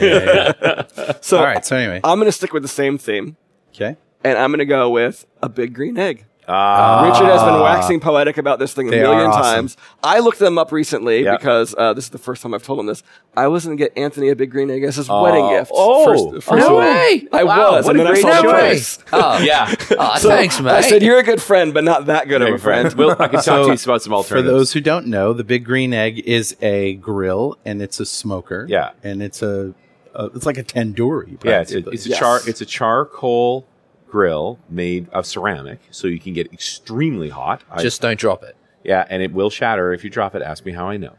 Speaker 5: So
Speaker 2: All right. So anyway,
Speaker 5: I'm going to stick with the same theme,
Speaker 2: okay.
Speaker 5: and I'm going to go with a big green egg.
Speaker 3: Ah,
Speaker 5: Richard has been waxing poetic about this thing a
Speaker 2: They
Speaker 5: million
Speaker 2: are awesome.
Speaker 5: times. I looked them up recently
Speaker 3: Yeah.
Speaker 5: because uh, this is the first time I've told him this. I was going to get Anthony a big green egg as his
Speaker 3: Oh.
Speaker 5: wedding gift.
Speaker 3: Oh.
Speaker 5: First- first
Speaker 4: No
Speaker 5: of all.
Speaker 4: way.
Speaker 5: I
Speaker 3: Wow,
Speaker 5: was,
Speaker 3: what
Speaker 5: and
Speaker 3: a
Speaker 5: then I
Speaker 3: great
Speaker 4: No
Speaker 5: saw your
Speaker 3: choice.
Speaker 4: way.
Speaker 5: face. [LAUGHS]
Speaker 4: Oh,
Speaker 3: [LAUGHS] yeah.
Speaker 4: Oh,
Speaker 5: So
Speaker 4: thanks, mate.
Speaker 5: I said you're a good friend, but not that good of a friend.
Speaker 3: Well, I can talk to you
Speaker 2: So,
Speaker 3: about some
Speaker 2: For
Speaker 3: alternatives.
Speaker 2: those who don't know, the Big Green Egg is a grill and it's a smoker.
Speaker 3: Yeah.
Speaker 2: And it's a, a it's like a tandoori.
Speaker 3: Yeah, it's a,
Speaker 2: practically.
Speaker 3: it's a
Speaker 5: Yes.
Speaker 3: char it's a charcoal grill made of ceramic, so you can get extremely hot. I-
Speaker 4: Just don't drop it.
Speaker 3: yeah, and it will shatter if you drop it. Ask me how I know.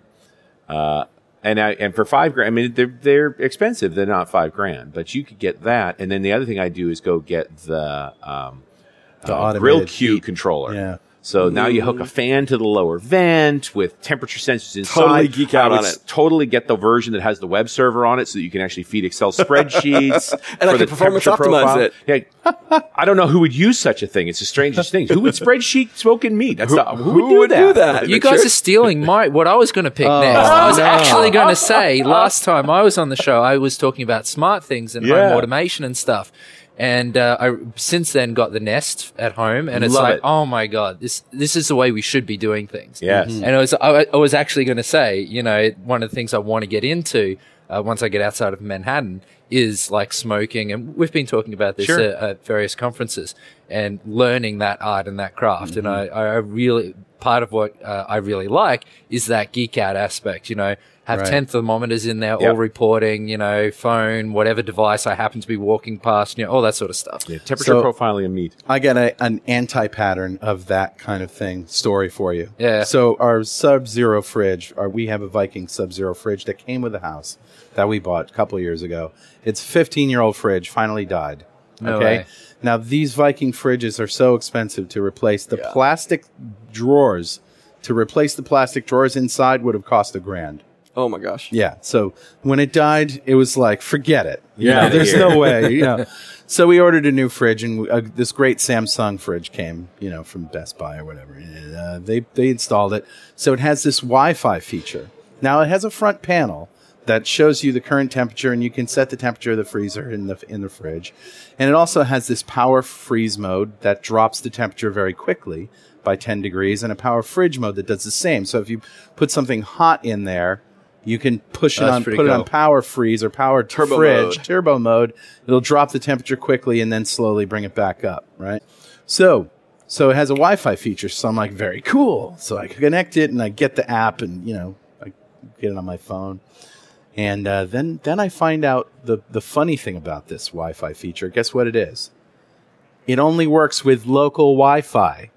Speaker 3: Uh, and I and for five grand, I mean they're they're expensive. They're not five grand, but you could get that. And then the other thing I do is go get the um,
Speaker 2: The
Speaker 3: uh,
Speaker 2: automated
Speaker 3: grill Q
Speaker 2: heat.
Speaker 3: controller.
Speaker 2: Yeah.
Speaker 3: So now you hook a fan to the lower vent with temperature sensors inside.
Speaker 5: Totally geek out
Speaker 3: I would
Speaker 5: on
Speaker 3: s-
Speaker 5: it.
Speaker 3: Totally get the version that has the web server on it, so that you can actually feed
Speaker 5: [LAUGHS]
Speaker 3: Excel spreadsheets
Speaker 5: And I
Speaker 3: for
Speaker 5: can
Speaker 3: the
Speaker 5: performance
Speaker 3: temperature
Speaker 5: optimize
Speaker 3: profile.
Speaker 5: it.
Speaker 3: Yeah, I don't know who would use such a thing. It's the strangest thing. Who would spreadsheet smoking meat? That's
Speaker 5: Uh,
Speaker 3: not, who, would, do, that?
Speaker 4: You guys are stealing my what I was going to pick
Speaker 3: Oh,
Speaker 4: next. I was actually going to say last time I was on the show, I was talking about smart things and
Speaker 3: Yeah.
Speaker 4: home automation and stuff. And uh, I since then got the Nest at home, and it's
Speaker 3: Love
Speaker 4: like,
Speaker 3: it.
Speaker 4: oh my god, this this is the way we should be doing things.
Speaker 3: Yes.
Speaker 4: And I was I, I was actually going to say, you know, one of the things I want to get into uh, once I get outside of Manhattan is like smoking, and we've been talking about this
Speaker 3: Sure.
Speaker 4: uh, at various conferences and learning that art and that craft. And
Speaker 2: Mm-hmm.
Speaker 4: I, I really, part of what uh, I really like is that geek out aspect, you know, have
Speaker 2: Right.
Speaker 4: 10 thermometers in there, all
Speaker 3: Yep.
Speaker 4: reporting, you know, phone, whatever device I happen to be walking past, you know, all that sort of stuff.
Speaker 3: Yeah, temperature
Speaker 2: So-
Speaker 3: profiling of meat.
Speaker 2: I got a, an anti pattern of that kind of thing story for you.
Speaker 4: Yeah.
Speaker 2: So our Sub Zero fridge, our, we have a Viking Sub Zero fridge that came with the house that we bought a couple of years ago. It's 15 year old fridge finally died.
Speaker 4: No way.
Speaker 2: Now these Viking fridges are so expensive to replace. The plastic drawers to replace the plastic drawers inside would have cost a grand.
Speaker 5: Oh my gosh.
Speaker 2: Yeah. So when it died, it was like, forget it. You
Speaker 3: Yeah,
Speaker 2: know, there's
Speaker 3: yeah.
Speaker 2: no way. You
Speaker 4: [LAUGHS]
Speaker 2: know. so we ordered a new fridge, and we, uh, this great Samsung fridge came, you know, from Best Buy or whatever. And, uh, they they installed it. So it has this Wi-Fi feature. Now it has a front panel that shows you the current temperature, and you can set the temperature of the freezer in the in the fridge. And it also has this power freeze mode that drops the temperature very quickly by 10 degrees, and a power fridge mode that does the same. So if you put something hot in there, you can push it
Speaker 4: That's
Speaker 2: on, put
Speaker 4: pretty
Speaker 2: it
Speaker 4: cool.
Speaker 2: on power freeze or power
Speaker 5: Turbo
Speaker 2: fridge,
Speaker 5: mode.
Speaker 2: turbo mode. It'll drop the temperature quickly and then slowly bring it back up, right? So, so it has a Wi-Fi feature. So I'm like, very cool. So I connect it and I get the app and you know I get it on my phone. And uh, then then I find out the the funny thing about this Wi-Fi feature. Guess what it is? It only works with local Wi-Fi,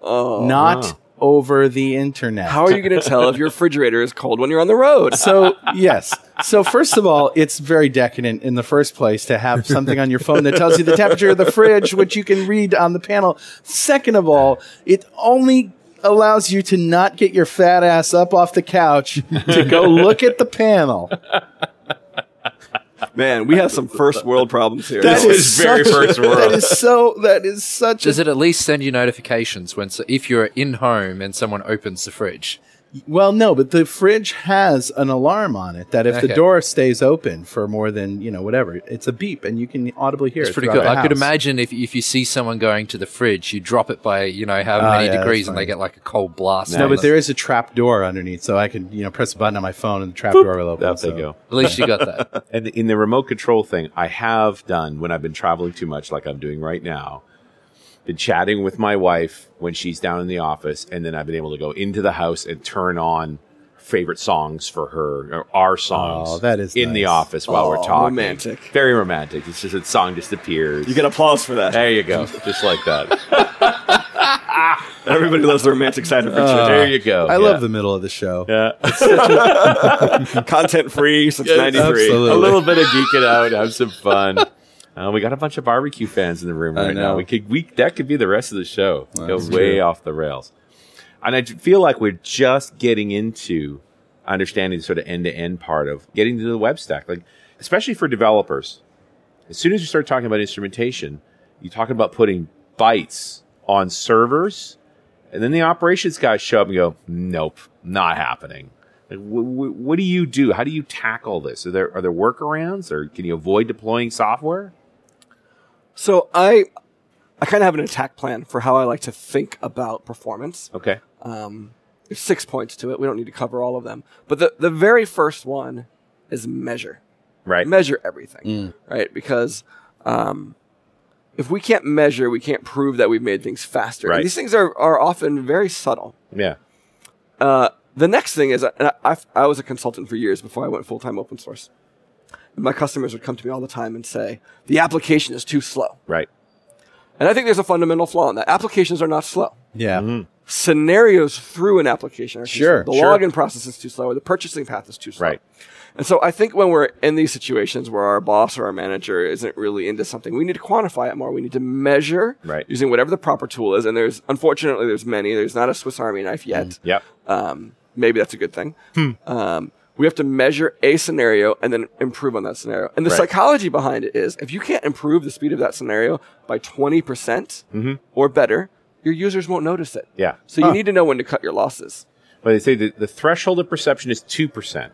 Speaker 5: Oh.
Speaker 2: not over the internet.
Speaker 5: How are you going to tell if your refrigerator is cold when you're on the road?
Speaker 2: So yes. So first of all, it's very decadent in the first place to have something on your phone that tells you the temperature of the fridge, which you can read on the panel. Second of all, it only allows you to not get your fat ass up off the couch to go look at the
Speaker 3: [LAUGHS]
Speaker 2: panel.
Speaker 5: [LAUGHS] Man, we have some first world problems here. [LAUGHS]
Speaker 3: That is very
Speaker 2: such-
Speaker 3: first [LAUGHS] world.
Speaker 2: That is so. That is such.
Speaker 4: Does
Speaker 2: A,
Speaker 4: it at least send you notifications when, so if you're in home and someone opens the fridge?
Speaker 2: well, no, but the fridge has an alarm on it that if the
Speaker 4: Okay.
Speaker 2: door stays open for more than you know whatever, it's a beep and you can audibly hear
Speaker 4: It's
Speaker 2: it.
Speaker 4: pretty
Speaker 2: throughout
Speaker 4: cool.
Speaker 2: the
Speaker 4: I could
Speaker 2: house.
Speaker 4: imagine if, if you see someone going to the fridge, you drop it by, you know, however
Speaker 2: Ah,
Speaker 4: many
Speaker 2: yeah, that's
Speaker 4: degrees and
Speaker 2: fine.
Speaker 4: they get like a cold blast.
Speaker 2: No,
Speaker 4: on
Speaker 2: but
Speaker 4: them.
Speaker 2: there is a trap door underneath, so I can you know press a button on my phone and the trap door will open.
Speaker 3: Up they
Speaker 2: so-
Speaker 3: go.
Speaker 4: At least you got that.
Speaker 3: And in the remote control thing, I have done when I've been traveling too much, like I'm doing right now. Been chatting with my wife when she's down in the office, and then I've been able to go into the house and turn on favorite songs for her or our songs.
Speaker 2: Oh, that is
Speaker 3: in the
Speaker 2: nice.
Speaker 3: office while we're
Speaker 5: Oh,
Speaker 3: talking.
Speaker 5: romantic.
Speaker 3: very romantic. It's just a song just appears.
Speaker 5: You get applause for that.
Speaker 3: there you go, just like that.
Speaker 5: Everybody loves the romantic side of
Speaker 3: there
Speaker 5: refrigerator.
Speaker 3: you go.
Speaker 2: Uh, I
Speaker 3: Yeah.
Speaker 2: love the middle of the show.
Speaker 3: Yeah.
Speaker 5: Content [LAUGHS] free since '93.
Speaker 2: absolutely.
Speaker 3: a little bit of geeking
Speaker 2: [LAUGHS]
Speaker 3: out, have some fun. Uh, we got a bunch of barbecue fans in the room
Speaker 2: I
Speaker 3: right now.
Speaker 2: know.
Speaker 3: We could we that could be the rest of the show. Go
Speaker 2: That's
Speaker 3: way
Speaker 2: true.
Speaker 3: off the rails, and I feel like we're just getting into understanding the sort of end to end part of getting to the web stack, like especially for developers. As soon as you start talking about instrumentation, you're talking about putting bytes on servers and then the operations guys show up and go, "Nope, not happening." Like, wh- wh- what do you do? How do you tackle this? Are there are there workarounds, or can you avoid deploying software?
Speaker 5: So I, I kind of have an attack plan for how I like to think about performance.
Speaker 3: Okay,
Speaker 5: Um, there's six points to it. We don't need to cover all of them, but the the very first one is measure.
Speaker 3: right.
Speaker 5: measure everything, right? Because um, if we can't measure, we can't prove that we've made things faster. And
Speaker 3: Right.
Speaker 5: These things are, are often very subtle.
Speaker 3: Yeah,
Speaker 5: Uh, the next thing is, and I, I, I was a consultant for years before I went full time open source. And my customers would come to me all the time and say, the application is too slow.
Speaker 3: right.
Speaker 5: And I think there's a fundamental flaw in that. Applications are not slow.
Speaker 3: Mm-hmm.
Speaker 2: Yeah.
Speaker 5: scenarios through an application. Are too
Speaker 2: Sure,
Speaker 5: slow. The
Speaker 2: sure.
Speaker 5: login process is too slow, or the purchasing path is too slow.
Speaker 3: Right.
Speaker 5: And so I think when we're in these situations where our boss or our manager isn't really into something, we need to quantify it more. We need to measure
Speaker 3: Right.
Speaker 5: using whatever the proper tool is. And there's unfortunately there's many. There's not a Swiss Army knife yet.
Speaker 3: Yep.
Speaker 5: Um, maybe that's a good thing.
Speaker 3: Hmm.
Speaker 5: Um, we have to measure a scenario and then improve on that scenario. And the
Speaker 3: Right.
Speaker 5: psychology behind it is if you can't improve the speed of that scenario by 20% percent
Speaker 3: Mm-hmm.
Speaker 5: or better, your users won't notice it.
Speaker 3: Yeah.
Speaker 5: So you need to know when to cut your losses.
Speaker 3: But they say that the threshold of perception is 2%.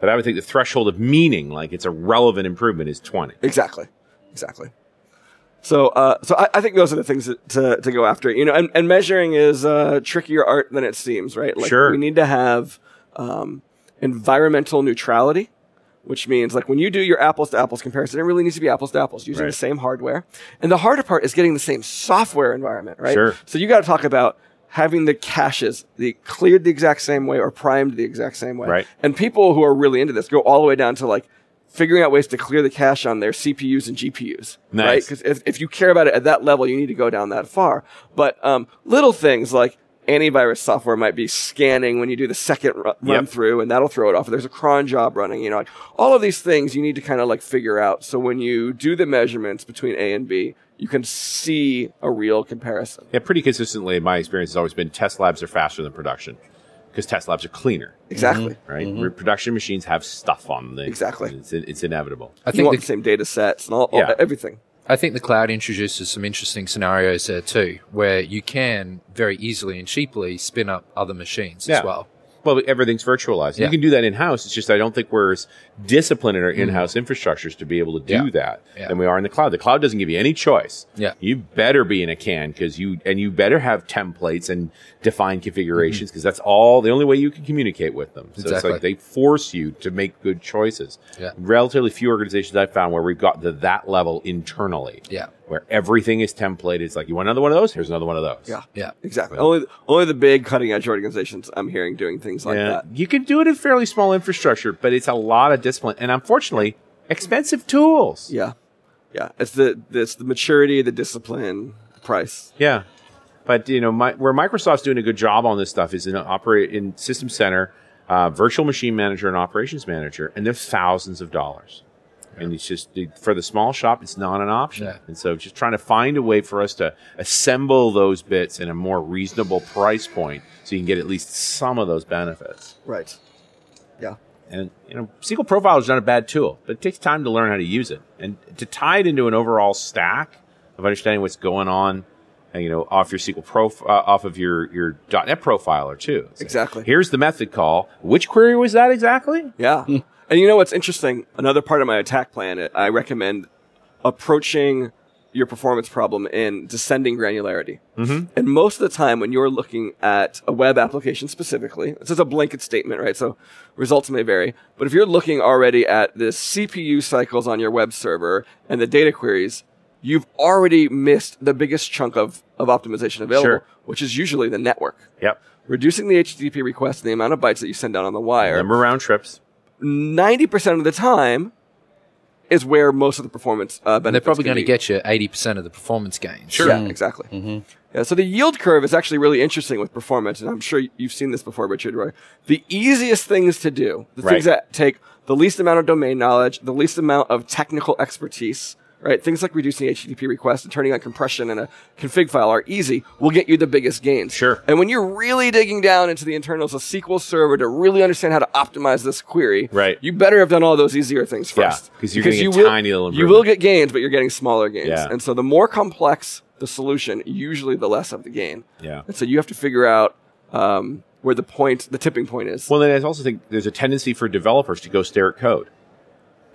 Speaker 3: But I would think the threshold of meaning, like it's a relevant improvement, is 20.
Speaker 5: Exactly. Exactly. So, uh, so I, I think those are the things that, to, to go after, you know, and, and measuring is, uh, trickier art than it seems, right? Like
Speaker 3: Sure.
Speaker 5: we need to have, um, environmental neutrality, which means like when you do your apples to apples comparison, it really needs to be apples to apples using the
Speaker 3: Right.
Speaker 5: same hardware. And the harder part is getting the same software environment, right?
Speaker 3: Sure.
Speaker 5: So you got to talk about having the caches, the cleared the exact same way or primed the exact same way.
Speaker 3: Right.
Speaker 5: And people who are really into this go all the way down to like figuring out ways to clear the cache on their CPUs and GPUs.
Speaker 3: Nice.
Speaker 5: Right? Because if, if you care about it at that level, you need to go down that far. But um, little things like antivirus software might be scanning when you do the second ru- run
Speaker 3: Yep.
Speaker 5: through and that'll throw it off. There's a cron job running, you know, like all of these things you need to kind of like figure out. So when you do the measurements between A and B, you can see a real comparison.
Speaker 3: Yeah, pretty consistently, in my experience, has always been test labs are faster than production because test labs are cleaner,
Speaker 5: Exactly.
Speaker 4: Mm-hmm.
Speaker 3: right? Where Production machines have stuff on them.
Speaker 5: Exactly.
Speaker 3: It's, it's inevitable.
Speaker 4: I
Speaker 5: you
Speaker 4: think
Speaker 5: want
Speaker 4: the,
Speaker 5: the, same data sets and all, all-
Speaker 3: Yeah.
Speaker 5: everything.
Speaker 4: I think the cloud introduces some interesting scenarios there too, where you can very easily and cheaply spin up other machines
Speaker 3: Yeah.
Speaker 4: as well.
Speaker 3: Well, everything's virtualized.
Speaker 4: Yeah. Mm-hmm.
Speaker 3: You can do that in house. It's just I don't think we're as disciplined in our in house infrastructures to be able to do
Speaker 4: Yeah.
Speaker 3: that
Speaker 4: Yeah.
Speaker 3: than we are in the cloud. The cloud doesn't give you any choice.
Speaker 4: Yeah.
Speaker 3: You better be in a can because you, and you better have templates and defined configurations because that's all the only way you can communicate with them. So
Speaker 4: Mm-hmm. Exactly.
Speaker 3: it's like they force you to make good choices.
Speaker 4: Yeah.
Speaker 3: Relatively few organizations I've found where we've got to that level internally.
Speaker 4: Yeah.
Speaker 3: Where everything is templated. It's like, you want another one of those? Here's another one of those.
Speaker 5: Yeah.
Speaker 4: Yeah.
Speaker 5: Exactly. Only only the big cutting edge organizations I'm hearing doing things like
Speaker 3: Yeah.
Speaker 5: that.
Speaker 3: You can do it in fairly small infrastructure, but it's a lot of discipline and unfortunately expensive tools.
Speaker 5: Yeah. Yeah. It's the it's the maturity, the discipline, the price.
Speaker 3: Yeah. But you know, my, where Microsoft's doing a good job on this stuff is in operate in System Center, uh, Virtual Machine Manager, and Operations Manager, and they're thousands of dollars. And it's just for the small shop, it's not an option.
Speaker 4: Yeah.
Speaker 3: And so, just trying to find a way for us to assemble those bits in a more reasonable price point, so you can get at least some of those benefits.
Speaker 5: Right. Yeah.
Speaker 3: And you know, SQL Profile is not a bad tool, but it takes time to learn how to use it and to tie it into an overall stack of understanding what's going on. uh, You know, off your SQL prof, uh, off of your your .NET profiler too. It's like,
Speaker 5: Exactly.
Speaker 3: Here's the method call. Which query was that exactly?
Speaker 5: Yeah. and you know what's interesting? Another part of my attack plan, uh, I recommend approaching your performance problem in descending granularity. Mm-hmm. And most of the time, when you're looking at a web application specifically, this is a blanket statement, right? So results may vary. But if you're looking already at the CPU cycles on your web server and the data queries, you've already missed the biggest chunk of, of optimization available,
Speaker 3: Sure.
Speaker 5: which is usually the network.
Speaker 3: Yep.
Speaker 5: Reducing the HTTP request and the amount of bytes that you send down on the wire
Speaker 3: Number round trips.
Speaker 5: ninety percent of the time is where most of the performance uh, benefits.
Speaker 4: And they're probably
Speaker 5: can
Speaker 4: going to
Speaker 5: be.
Speaker 4: get you 80% of the performance gains.
Speaker 5: Yeah, exactly.
Speaker 3: Mm-hmm.
Speaker 5: Yeah, so the yield curve is actually really interesting with performance, and I'm sure you've seen this before, Richard. Roy. The easiest things to do, the things
Speaker 3: Right.
Speaker 5: that take the least amount of domain knowledge, the least amount of technical expertise, right? Things like reducing HTTP requests and turning on compression in a config file are easy. Will get you the biggest gains.
Speaker 3: Sure.
Speaker 5: And when you're really digging down into the internals of SQL Server to really understand how to optimize this query,
Speaker 3: Right.
Speaker 5: you better have done all those easier things
Speaker 3: Yeah,
Speaker 5: first.
Speaker 3: 'cause you're
Speaker 5: Because
Speaker 3: getting
Speaker 5: you
Speaker 3: a
Speaker 5: will,
Speaker 3: tiny little
Speaker 5: You will
Speaker 3: improvement.
Speaker 5: get gains, but you're getting smaller gains.
Speaker 3: Yeah.
Speaker 5: And so the more complex the solution, usually the less of the gain.
Speaker 3: Yeah.
Speaker 5: And so you have to figure out um, where the point, the tipping point is.
Speaker 3: Well, then I also think there's a tendency for developers to go stare at code.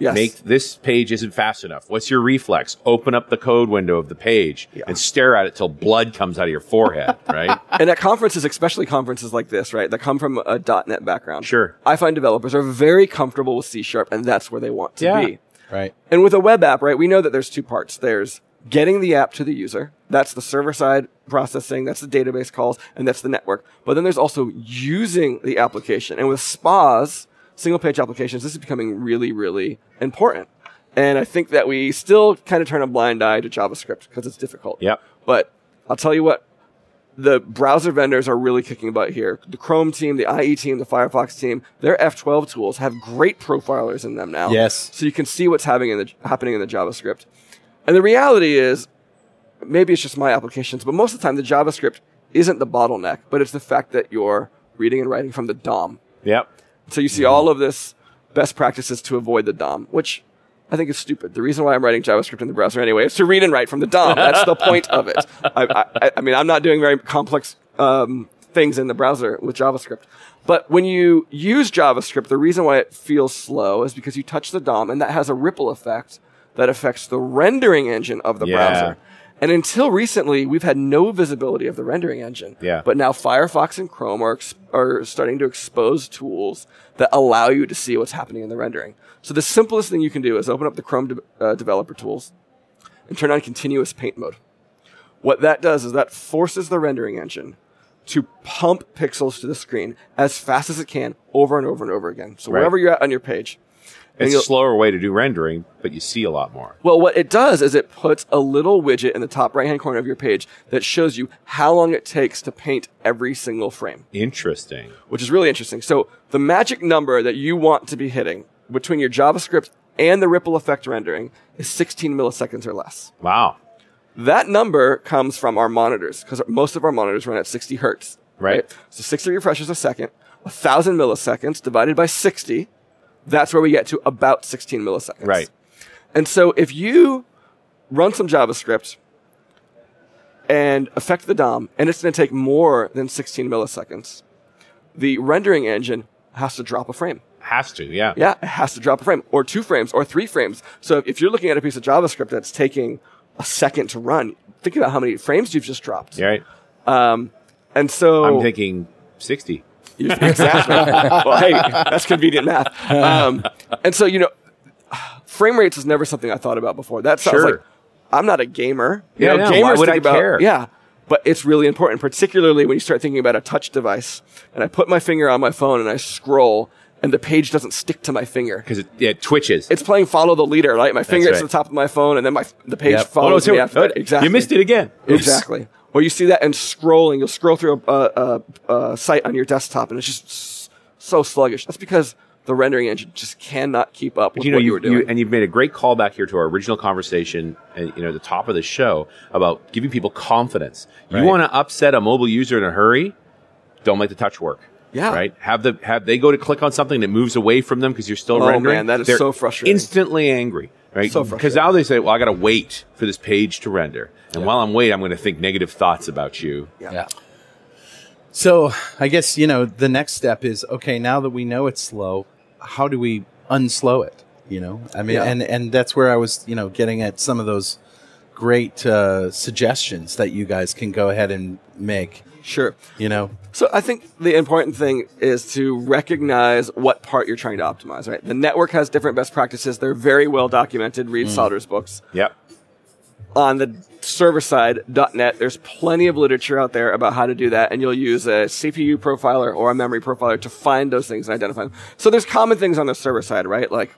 Speaker 5: yes.
Speaker 3: Make this page isn't fast enough. What's your reflex? Open up the code window of the page and stare at it till blood comes out of your forehead, [LAUGHS] right?
Speaker 5: and at conferences, especially conferences like this, right, that come from a .NET background.
Speaker 3: Sure.
Speaker 5: I find developers are very comfortable with C sharp, and that's where they want to
Speaker 3: Yeah.
Speaker 5: be.
Speaker 2: Right.
Speaker 5: And with a web app, right, we know that there's two parts. There's getting the app to the user. That's the server side processing. That's the database calls and that's the network. But then there's also using the application. And with SPAs, single page applications, this is becoming really, really important. And I think that we still kind of turn a blind eye to JavaScript because it's difficult.
Speaker 3: Yep.
Speaker 5: But I'll tell you what, the browser vendors are really kicking butt here. The Chrome team, the IE team, the Firefox team, their F12 tools have great profilers in them now.
Speaker 2: Yes.
Speaker 5: So you can see what's happening in the, happening in the JavaScript. And the reality is, maybe it's just my applications, but most of the time the JavaScript isn't the bottleneck, but it's the fact that you're reading and writing from the DOM.
Speaker 3: Yep.
Speaker 5: So you see all of this best practices to avoid the DOM, which I think is stupid. The reason why I'm writing JavaScript in the browser anyway is to read and write from the DOM. That's the point of it. I, I, I mean, I'm not doing very complex um, things in the browser with JavaScript. But when you use JavaScript, the reason why it feels slow is because you touch the DOM, and that has a ripple effect that affects the rendering engine of the
Speaker 3: Yeah.
Speaker 5: browser. And until recently, we've had no visibility of the rendering engine.
Speaker 3: Yeah.
Speaker 5: But now Firefox and Chrome are, ex- are starting to expose tools that allow you to see what's happening in the rendering. So the simplest thing you can do is open up the Chrome de- uh, developer tools and turn on continuous paint mode. What that does is that forces the rendering engine to pump pixels to the screen as fast as it can over and over and over again. So
Speaker 3: Right.
Speaker 5: wherever you're at on your page. and
Speaker 3: It's a
Speaker 5: you'll-
Speaker 3: slower way to do rendering, but you see a lot more.
Speaker 5: well, what it does is it puts a little widget in the top right hand corner of your page that shows you how long it takes to paint every single frame,
Speaker 3: Interesting.
Speaker 5: which is really interesting. So the magic number that you want to be hitting between your JavaScript and the ripple effect rendering is 16 milliseconds or less.
Speaker 3: Wow.
Speaker 5: That number comes from our monitors because most of our monitors run at 60 hertz.
Speaker 3: Right.
Speaker 5: So 60 refreshes a second, 1,000 milliseconds divided by 60. That's where we get to about 16 milliseconds.
Speaker 3: Right.
Speaker 5: And so if you run some JavaScript and affect the DOM, and it's going to take more than 16 milliseconds, the rendering engine has to drop a frame.
Speaker 3: Has to, yeah.
Speaker 5: Yeah, it has to drop a frame, or two frames, or three frames. So if you're looking at a piece of JavaScript that's taking a second to run, think about how many frames you've just dropped.
Speaker 3: Yeah, Right.
Speaker 5: Um, and so
Speaker 3: I'm thinking 60.
Speaker 5: [LAUGHS] exactly. well, hey, that's convenient math. Um, and so, you know, frame rates is never something I thought about before. That sounds
Speaker 3: Sure.
Speaker 5: like I'm not a gamer. You
Speaker 3: Yeah,
Speaker 5: know,
Speaker 3: I know.
Speaker 5: gamers
Speaker 3: Why would
Speaker 5: think
Speaker 3: I
Speaker 5: about,
Speaker 3: care?
Speaker 5: Yeah, but it's really important, particularly when you start thinking about a touch device. And I put my finger on my phone and I scroll, and the page doesn't stick to my finger.
Speaker 3: Because it, yeah, it twitches.
Speaker 5: It's playing follow the leader, right? My finger is
Speaker 3: right.
Speaker 5: at the top of my phone, and then my the page
Speaker 4: Yep.
Speaker 3: Oh, no,
Speaker 5: follows
Speaker 3: it's-
Speaker 5: me after.
Speaker 3: oh,
Speaker 5: that. Exactly.
Speaker 3: You missed it again. Oops.
Speaker 5: Exactly. Or you see that and scrolling, you'll scroll through a, a, a, a site on your desktop, and it's just s- so sluggish. That's because the rendering engine just cannot keep up with
Speaker 3: you know,
Speaker 5: what you,
Speaker 3: you,
Speaker 5: were doing.
Speaker 3: you- and you've made a great callback here to our original conversation, and you know, at the top of the show about giving people confidence.
Speaker 2: Right.
Speaker 3: You want to upset a mobile user in a hurry? Don't make the touch work.
Speaker 5: Yeah.
Speaker 3: Right. Have the have they go to click on something that moves away from them because you're still
Speaker 5: Oh,
Speaker 3: rendering.
Speaker 5: man, that is
Speaker 3: They're
Speaker 5: so frustrating.
Speaker 3: Instantly angry. Right.
Speaker 5: So
Speaker 3: Because now they say, "Well, I got to wait for this page to render," and while I'm waiting, I'm going to think negative thoughts about you.
Speaker 4: Yeah.
Speaker 2: So I guess you know the next step is okay. Now that we know it's slow, how do we unslow it? You know, I mean,
Speaker 5: Yeah.
Speaker 2: and and that's where I was, you know, getting at some of those great uh, suggestions that you guys can go ahead and make.
Speaker 5: sure.
Speaker 2: You know,
Speaker 5: So I think the important thing is to recognize what part you're trying to optimize. Right. The network has different best practices. They're very well documented. Read
Speaker 3: Mm.
Speaker 5: Sauter's books.
Speaker 3: Yep.
Speaker 5: on the server side .NET. There's plenty of literature out there about how to do that, and you'll use a CPU profiler or a memory profiler to find those things and identify them. So there's common things on the server side, right? Like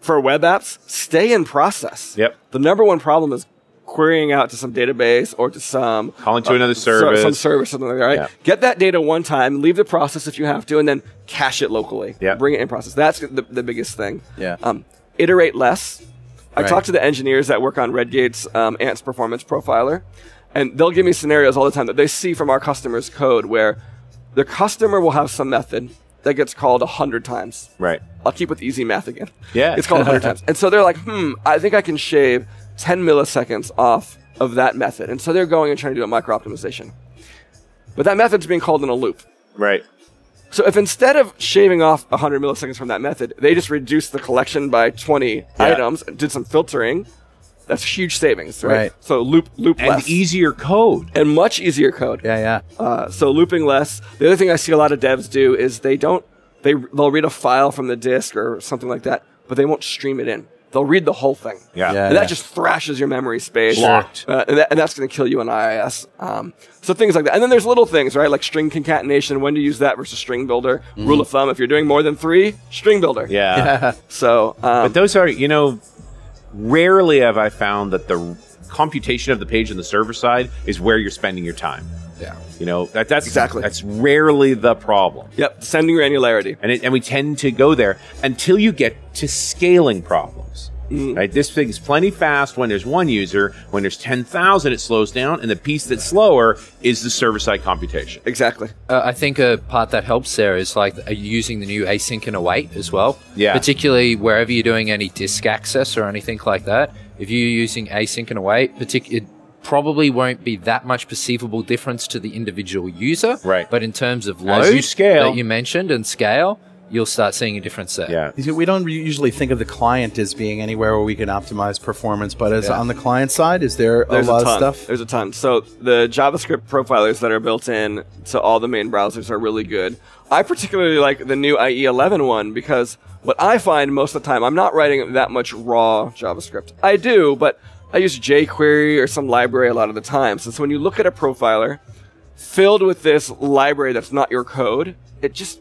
Speaker 5: for web apps, stay in process.
Speaker 3: Yep.
Speaker 5: The number one problem is querying out to some database or to some
Speaker 3: Calling to another
Speaker 5: so-
Speaker 3: service.
Speaker 5: some service, something like that. Right?
Speaker 3: Yeah.
Speaker 5: Get that data one time, leave the process if you have to, and then cache it locally.
Speaker 3: Yeah.
Speaker 5: Bring it in process. That's the, the biggest thing.
Speaker 2: Yeah.
Speaker 5: Um, iterate less. I
Speaker 2: Right.
Speaker 5: talked to the engineers that work on Redgate's um, Ants Performance Profiler, and they'll give me scenarios all the time that they see from our customers' code where the customer will have some method that gets called a hundred times.
Speaker 3: Right.
Speaker 5: I'll keep with easy math again.
Speaker 3: Yeah.
Speaker 5: It's called
Speaker 3: [LAUGHS]
Speaker 5: 100 times. And so they're like, hmm, I think I can shave 10 milliseconds off of that method. And so they're going and trying to do a micro optimization. But that method's being called in a loop.
Speaker 3: Right.
Speaker 5: So if instead of shaving off 100 milliseconds from that method, they just reduced the collection by 20 items and did some filtering, that's huge savings, right?
Speaker 2: Right.
Speaker 5: So loop, loop
Speaker 3: And
Speaker 5: less.
Speaker 3: easier
Speaker 5: [LAUGHS]
Speaker 3: code.
Speaker 5: and much easier code.
Speaker 2: yeah, yeah,
Speaker 5: Uh, so looping less. The other thing I see a lot of devs do is they don't they they'll read a file from the disk or something like that, but they won't stream it in. They'll read the whole thing.
Speaker 3: Yeah.
Speaker 2: Yeah.
Speaker 5: and that just thrashes your memory space.
Speaker 3: Blocked.
Speaker 5: Uh, and, that, and that's going to kill you on IIS. Um, so things like that. And then there's little things, right? Like string concatenation, when to use that versus string builder. Rule of thumb: if you're doing more than three, string builder.
Speaker 3: yeah.
Speaker 5: So um,
Speaker 3: But those are, you know, rarely have I found that the computation of the page on the server side is where you're spending your time.
Speaker 4: Yeah.
Speaker 3: You know that that's
Speaker 5: Exactly.
Speaker 3: that's rarely the problem.
Speaker 5: Yep, descending granularity.
Speaker 3: and, it, and we tend to go there until you get to scaling problems. Right, this thing's plenty fast when there's one user. When there's ten thousand, it slows down, and the piece that's slower is the server-side computation.
Speaker 5: Exactly.
Speaker 4: Uh, I think a part that helps there is like uh, using the new async and await as well.
Speaker 3: Yeah.
Speaker 4: Particularly wherever you're doing any disk access or anything like that, if you're using async and await, partic- it probably won't be that much perceivable difference to the individual user.
Speaker 3: Right.
Speaker 4: But in terms of
Speaker 3: As
Speaker 4: load
Speaker 3: you scale-
Speaker 4: that you mentioned and scale, you'll start seeing a difference there.
Speaker 3: Yeah,
Speaker 2: You see, We don't re- usually think of the client as being anywhere where we can optimize performance, but as on the client side, is there a
Speaker 5: There's a,
Speaker 2: lot
Speaker 5: ton.
Speaker 2: of stuff?
Speaker 5: There's a ton. So the JavaScript profilers that are built in to all the main browsers are really good. I particularly like the new IE11 one because what I find most of the time, I'm not writing that much raw JavaScript. I do, but I use jQuery or some library a lot of the time. So, so when you look at a profiler filled with this library that's not your code, it just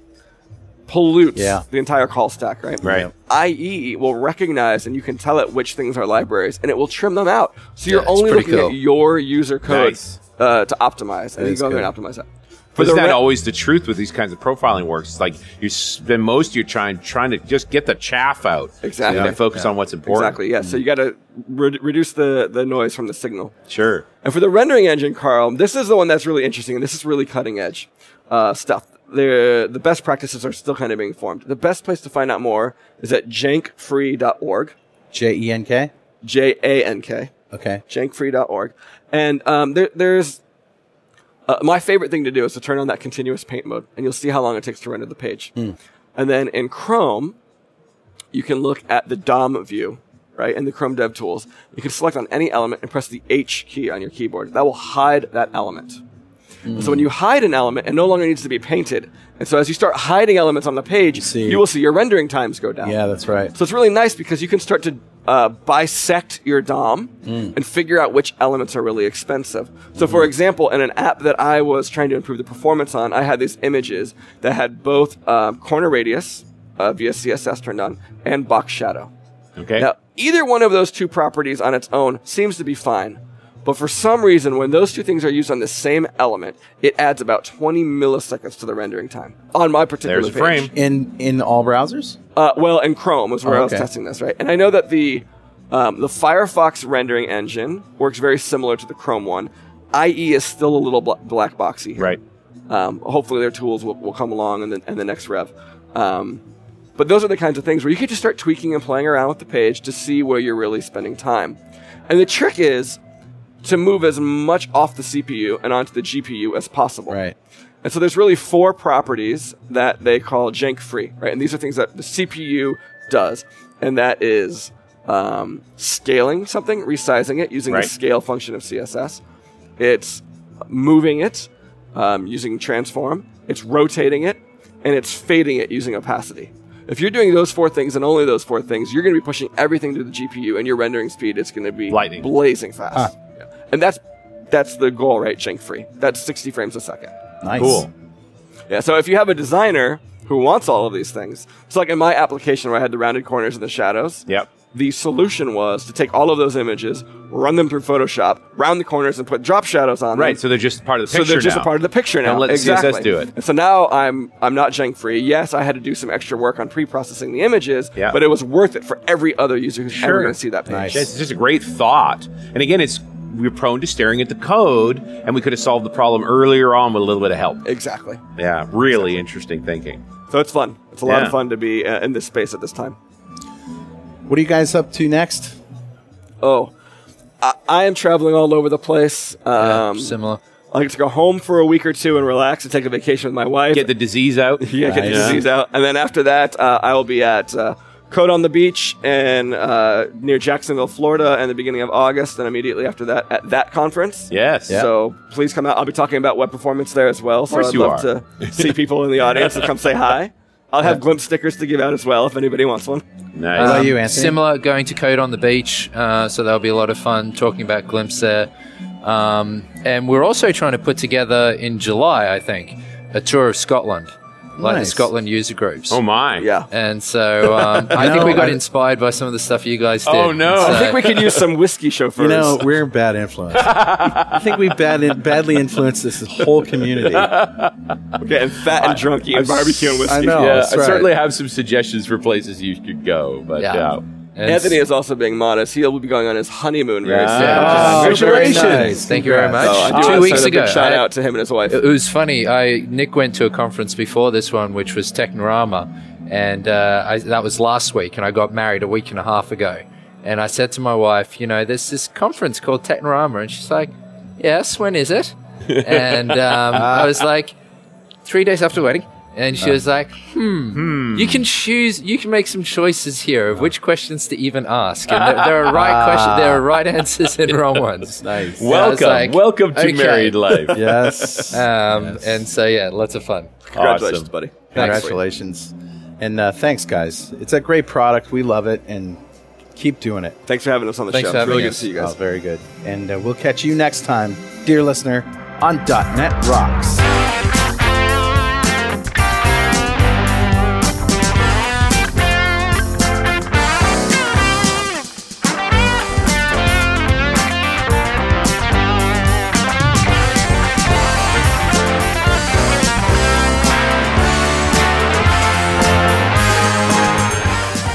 Speaker 5: pollutes
Speaker 2: Yeah.
Speaker 5: the entire call stack, right?
Speaker 3: Right.
Speaker 5: IE will recognize and you can tell it which things are libraries and it will trim them out. So
Speaker 4: Yeah,
Speaker 5: you're
Speaker 4: it's
Speaker 5: only
Speaker 4: pretty
Speaker 5: looking
Speaker 4: cool.
Speaker 5: at your user code
Speaker 3: Nice.
Speaker 5: uh, to optimize. And you
Speaker 2: is
Speaker 5: go in there and
Speaker 2: good.
Speaker 5: optimize that.
Speaker 3: but
Speaker 5: For
Speaker 3: isn't
Speaker 5: the
Speaker 3: that
Speaker 5: re-
Speaker 3: always the truth with these kinds of profiling works? It's like you spend most of your time trying to just get the chaff out,
Speaker 5: Exactly.
Speaker 3: and then focus on what's important.
Speaker 5: exactly, yeah.
Speaker 4: Mm.
Speaker 5: So you got to re- reduce the, the noise from the signal.
Speaker 3: Sure.
Speaker 5: And for the rendering engine, Carl, this is the one that's really interesting, and this is really cutting edge uh, stuff. The, the best practices are still kind of being formed. The best place to find out more is at jankfree.org,
Speaker 2: J E N K.
Speaker 5: J A N K.
Speaker 2: Okay.
Speaker 5: jankfree.org. And um, there, there's uh, my favorite thing to do is to turn on that continuous paint mode, and you'll see how long it takes to render the page.
Speaker 2: Hmm.
Speaker 5: And then in Chrome, you can look at the DOM view, right, in the Chrome Dev Tools. You can select on any element and press the H key on your keyboard. That will hide that element. So
Speaker 2: Hmm.
Speaker 5: when you hide an element, it no longer needs to be painted. And so as you start hiding elements on the page,
Speaker 2: see.
Speaker 5: you will see your rendering times go down.
Speaker 2: Yeah, that's right.
Speaker 5: So it's really nice because you can start to uh, bisect your DOM
Speaker 3: Mm.
Speaker 5: and figure out which elements are really expensive. So, for example, in an app that I was trying to improve the performance on, I had these images that had both uh, corner radius uh, via CSS turned on and box shadow.
Speaker 3: Okay.
Speaker 5: Now, either one of those two properties on its own seems to be fine. But for some reason, when those two things are used on the same element, it adds about 20 milliseconds to the rendering time on my particular
Speaker 3: There's a
Speaker 5: page.
Speaker 3: frame.
Speaker 2: In in all browsers?
Speaker 5: Uh, well, and Chrome was where
Speaker 2: Oh,
Speaker 5: I was
Speaker 2: okay.
Speaker 5: testing this, right? And I know that the um, the Firefox rendering engine works very similar to the Chrome one. IE is still a little bla- black boxy. here.
Speaker 3: Right.
Speaker 5: Um, hopefully, their tools will, will come along in the, in the next rev. Um, but those are the kinds of things where you can just start tweaking and playing around with the page to see where you're really spending time. And the trick is to move as much off the CPU and onto the GPU as possible.
Speaker 2: Right.
Speaker 5: And so there's really four properties that they call jank free, right? And these are things that the CPU does, and that is um, scaling something, resizing it using
Speaker 3: Right.
Speaker 5: the scale function of CSS. It's moving it um, using transform. It's rotating it, and it's fading it using opacity. If you're doing those four things and only those four things, you're going to be pushing everything to the GPU, and your rendering speed is going to be
Speaker 3: Lightning.
Speaker 5: blazing fast. Yeah. And that's that's the goal, right? Jank free. That's 60 frames a second.
Speaker 2: Nice.
Speaker 3: Cool.
Speaker 5: Yeah, so if you have a designer who wants all of these things, it's like in my application where I had the rounded corners and the shadows.
Speaker 3: Yep.
Speaker 5: The solution was to take all of those images, run them through Photoshop, round the corners, and put drop shadows on
Speaker 3: Right. So
Speaker 5: them.
Speaker 3: they're just part of the
Speaker 5: So
Speaker 3: picture
Speaker 5: they're just
Speaker 3: now.
Speaker 5: a part of the picture now.
Speaker 3: And let
Speaker 5: exactly.
Speaker 3: CSS do it.
Speaker 5: And so now I'm I'm not jank free. Yes, I had to do some extra work on pre-processing the images,
Speaker 3: Yeah.
Speaker 5: but it was worth it for every other user who's
Speaker 3: Sure.
Speaker 5: ever going to see that page.
Speaker 2: Nice.
Speaker 3: It's just a great thought. And again, it's we're prone to staring at the code, and we could have solved the problem earlier on with a little bit of help.
Speaker 5: Exactly.
Speaker 3: Yeah, really interesting thinking.
Speaker 5: So it's fun. It's a lot
Speaker 3: Yeah.
Speaker 5: of fun to be uh, in this space at this time.
Speaker 2: What are you guys up to next?
Speaker 5: Oh, I, I am traveling all over the place.
Speaker 4: Yeah,
Speaker 5: Um,
Speaker 4: similar.
Speaker 5: I get to go home for a week or two and relax and take a vacation with my wife.
Speaker 3: Get the disease out.
Speaker 5: [LAUGHS] yeah, get the
Speaker 2: Nice.
Speaker 5: disease out. And then after that, uh, I will be at uh, Code on the Beach and uh, near Jacksonville, Florida, in the beginning of August. And immediately after that, at that conference.
Speaker 3: Yes.
Speaker 5: So please come out. I'll be talking about web performance there as well. So
Speaker 3: course
Speaker 5: I'd
Speaker 3: you
Speaker 5: love
Speaker 3: are. [LAUGHS]
Speaker 5: to see people in the audience and come say hi. I'll have glimpse stickers to give out as well if anybody wants one.
Speaker 3: Nice.
Speaker 5: Uh,
Speaker 2: about you, Anthony?
Speaker 4: Um, Similar, going to Code on the Beach, uh, so that'll be a lot of fun talking about Glimpse there. Um, and we're also trying to put together in July, I think, a tour of Scotland. like the
Speaker 2: Nice.
Speaker 4: Scotland user groups.
Speaker 3: Oh my.
Speaker 2: Uh,
Speaker 5: Yeah.
Speaker 4: And so
Speaker 2: [LAUGHS]
Speaker 4: um, I think
Speaker 2: No,
Speaker 4: we got
Speaker 2: I-
Speaker 4: inspired by some of the stuff you guys did.
Speaker 3: Oh, no.
Speaker 4: So-
Speaker 5: I think we could use some whiskey chauffeurs.
Speaker 2: You know, we're bad influence. I think we bad badly influenced this whole community.
Speaker 5: we're getting fat and drunky and barbecue and whiskey.
Speaker 2: I
Speaker 4: Oh,
Speaker 2: know.
Speaker 3: yeah,
Speaker 2: that's
Speaker 3: I
Speaker 2: right.
Speaker 3: certainly have some suggestions for places you could go, but uh,
Speaker 4: Yeah.
Speaker 3: yeah.
Speaker 4: and
Speaker 5: Anthony is also being modest. He will be going on his honeymoon very soon.
Speaker 4: Yeah.
Speaker 3: Ah,
Speaker 5: Which is
Speaker 2: very
Speaker 5: very
Speaker 2: nice.
Speaker 5: nice.
Speaker 4: Thank you very much.
Speaker 2: Congrats.
Speaker 5: So I do
Speaker 4: Two
Speaker 5: wanna
Speaker 4: weeks
Speaker 5: send a
Speaker 4: ago,
Speaker 5: big shout
Speaker 4: I-
Speaker 5: out to him and his wife.
Speaker 4: It was funny. I Nick went to a conference before this one, which was Technorama, and uh, I, that was last week. And I got married a week and a half ago. And I said to my wife, you know, there's this conference called Technorama, and she's like, "Yes, when
Speaker 3: [LAUGHS]
Speaker 4: is it?" And um, I was like, three days after the wedding. And
Speaker 3: Uh.
Speaker 4: she was like, hmm, you can choose, you can make some choices here of which questions to even ask. And there, there are right
Speaker 3: [LAUGHS]
Speaker 4: questions, there are right answers and wrong ones.
Speaker 2: Nice.
Speaker 4: I was
Speaker 3: Welcome,
Speaker 4: like,
Speaker 3: welcome to
Speaker 4: okay.
Speaker 3: married
Speaker 4: [LAUGHS]
Speaker 3: life.
Speaker 2: Yes.
Speaker 4: Um,
Speaker 2: Yes.
Speaker 4: And so, yeah, lots of fun.
Speaker 5: Congratulations,
Speaker 3: Awesome.
Speaker 5: buddy.
Speaker 2: Congratulations. And uh, thanks, guys. It's a great product. We love it. And keep doing it.
Speaker 5: Thanks for having us on the
Speaker 4: Thanks
Speaker 5: show.
Speaker 4: for
Speaker 5: It's really
Speaker 4: having
Speaker 5: good to
Speaker 4: us.
Speaker 5: see you
Speaker 2: Oh,
Speaker 5: guys.
Speaker 2: very good. And uh, we'll catch you next time, dear listener, on .NET Rocks.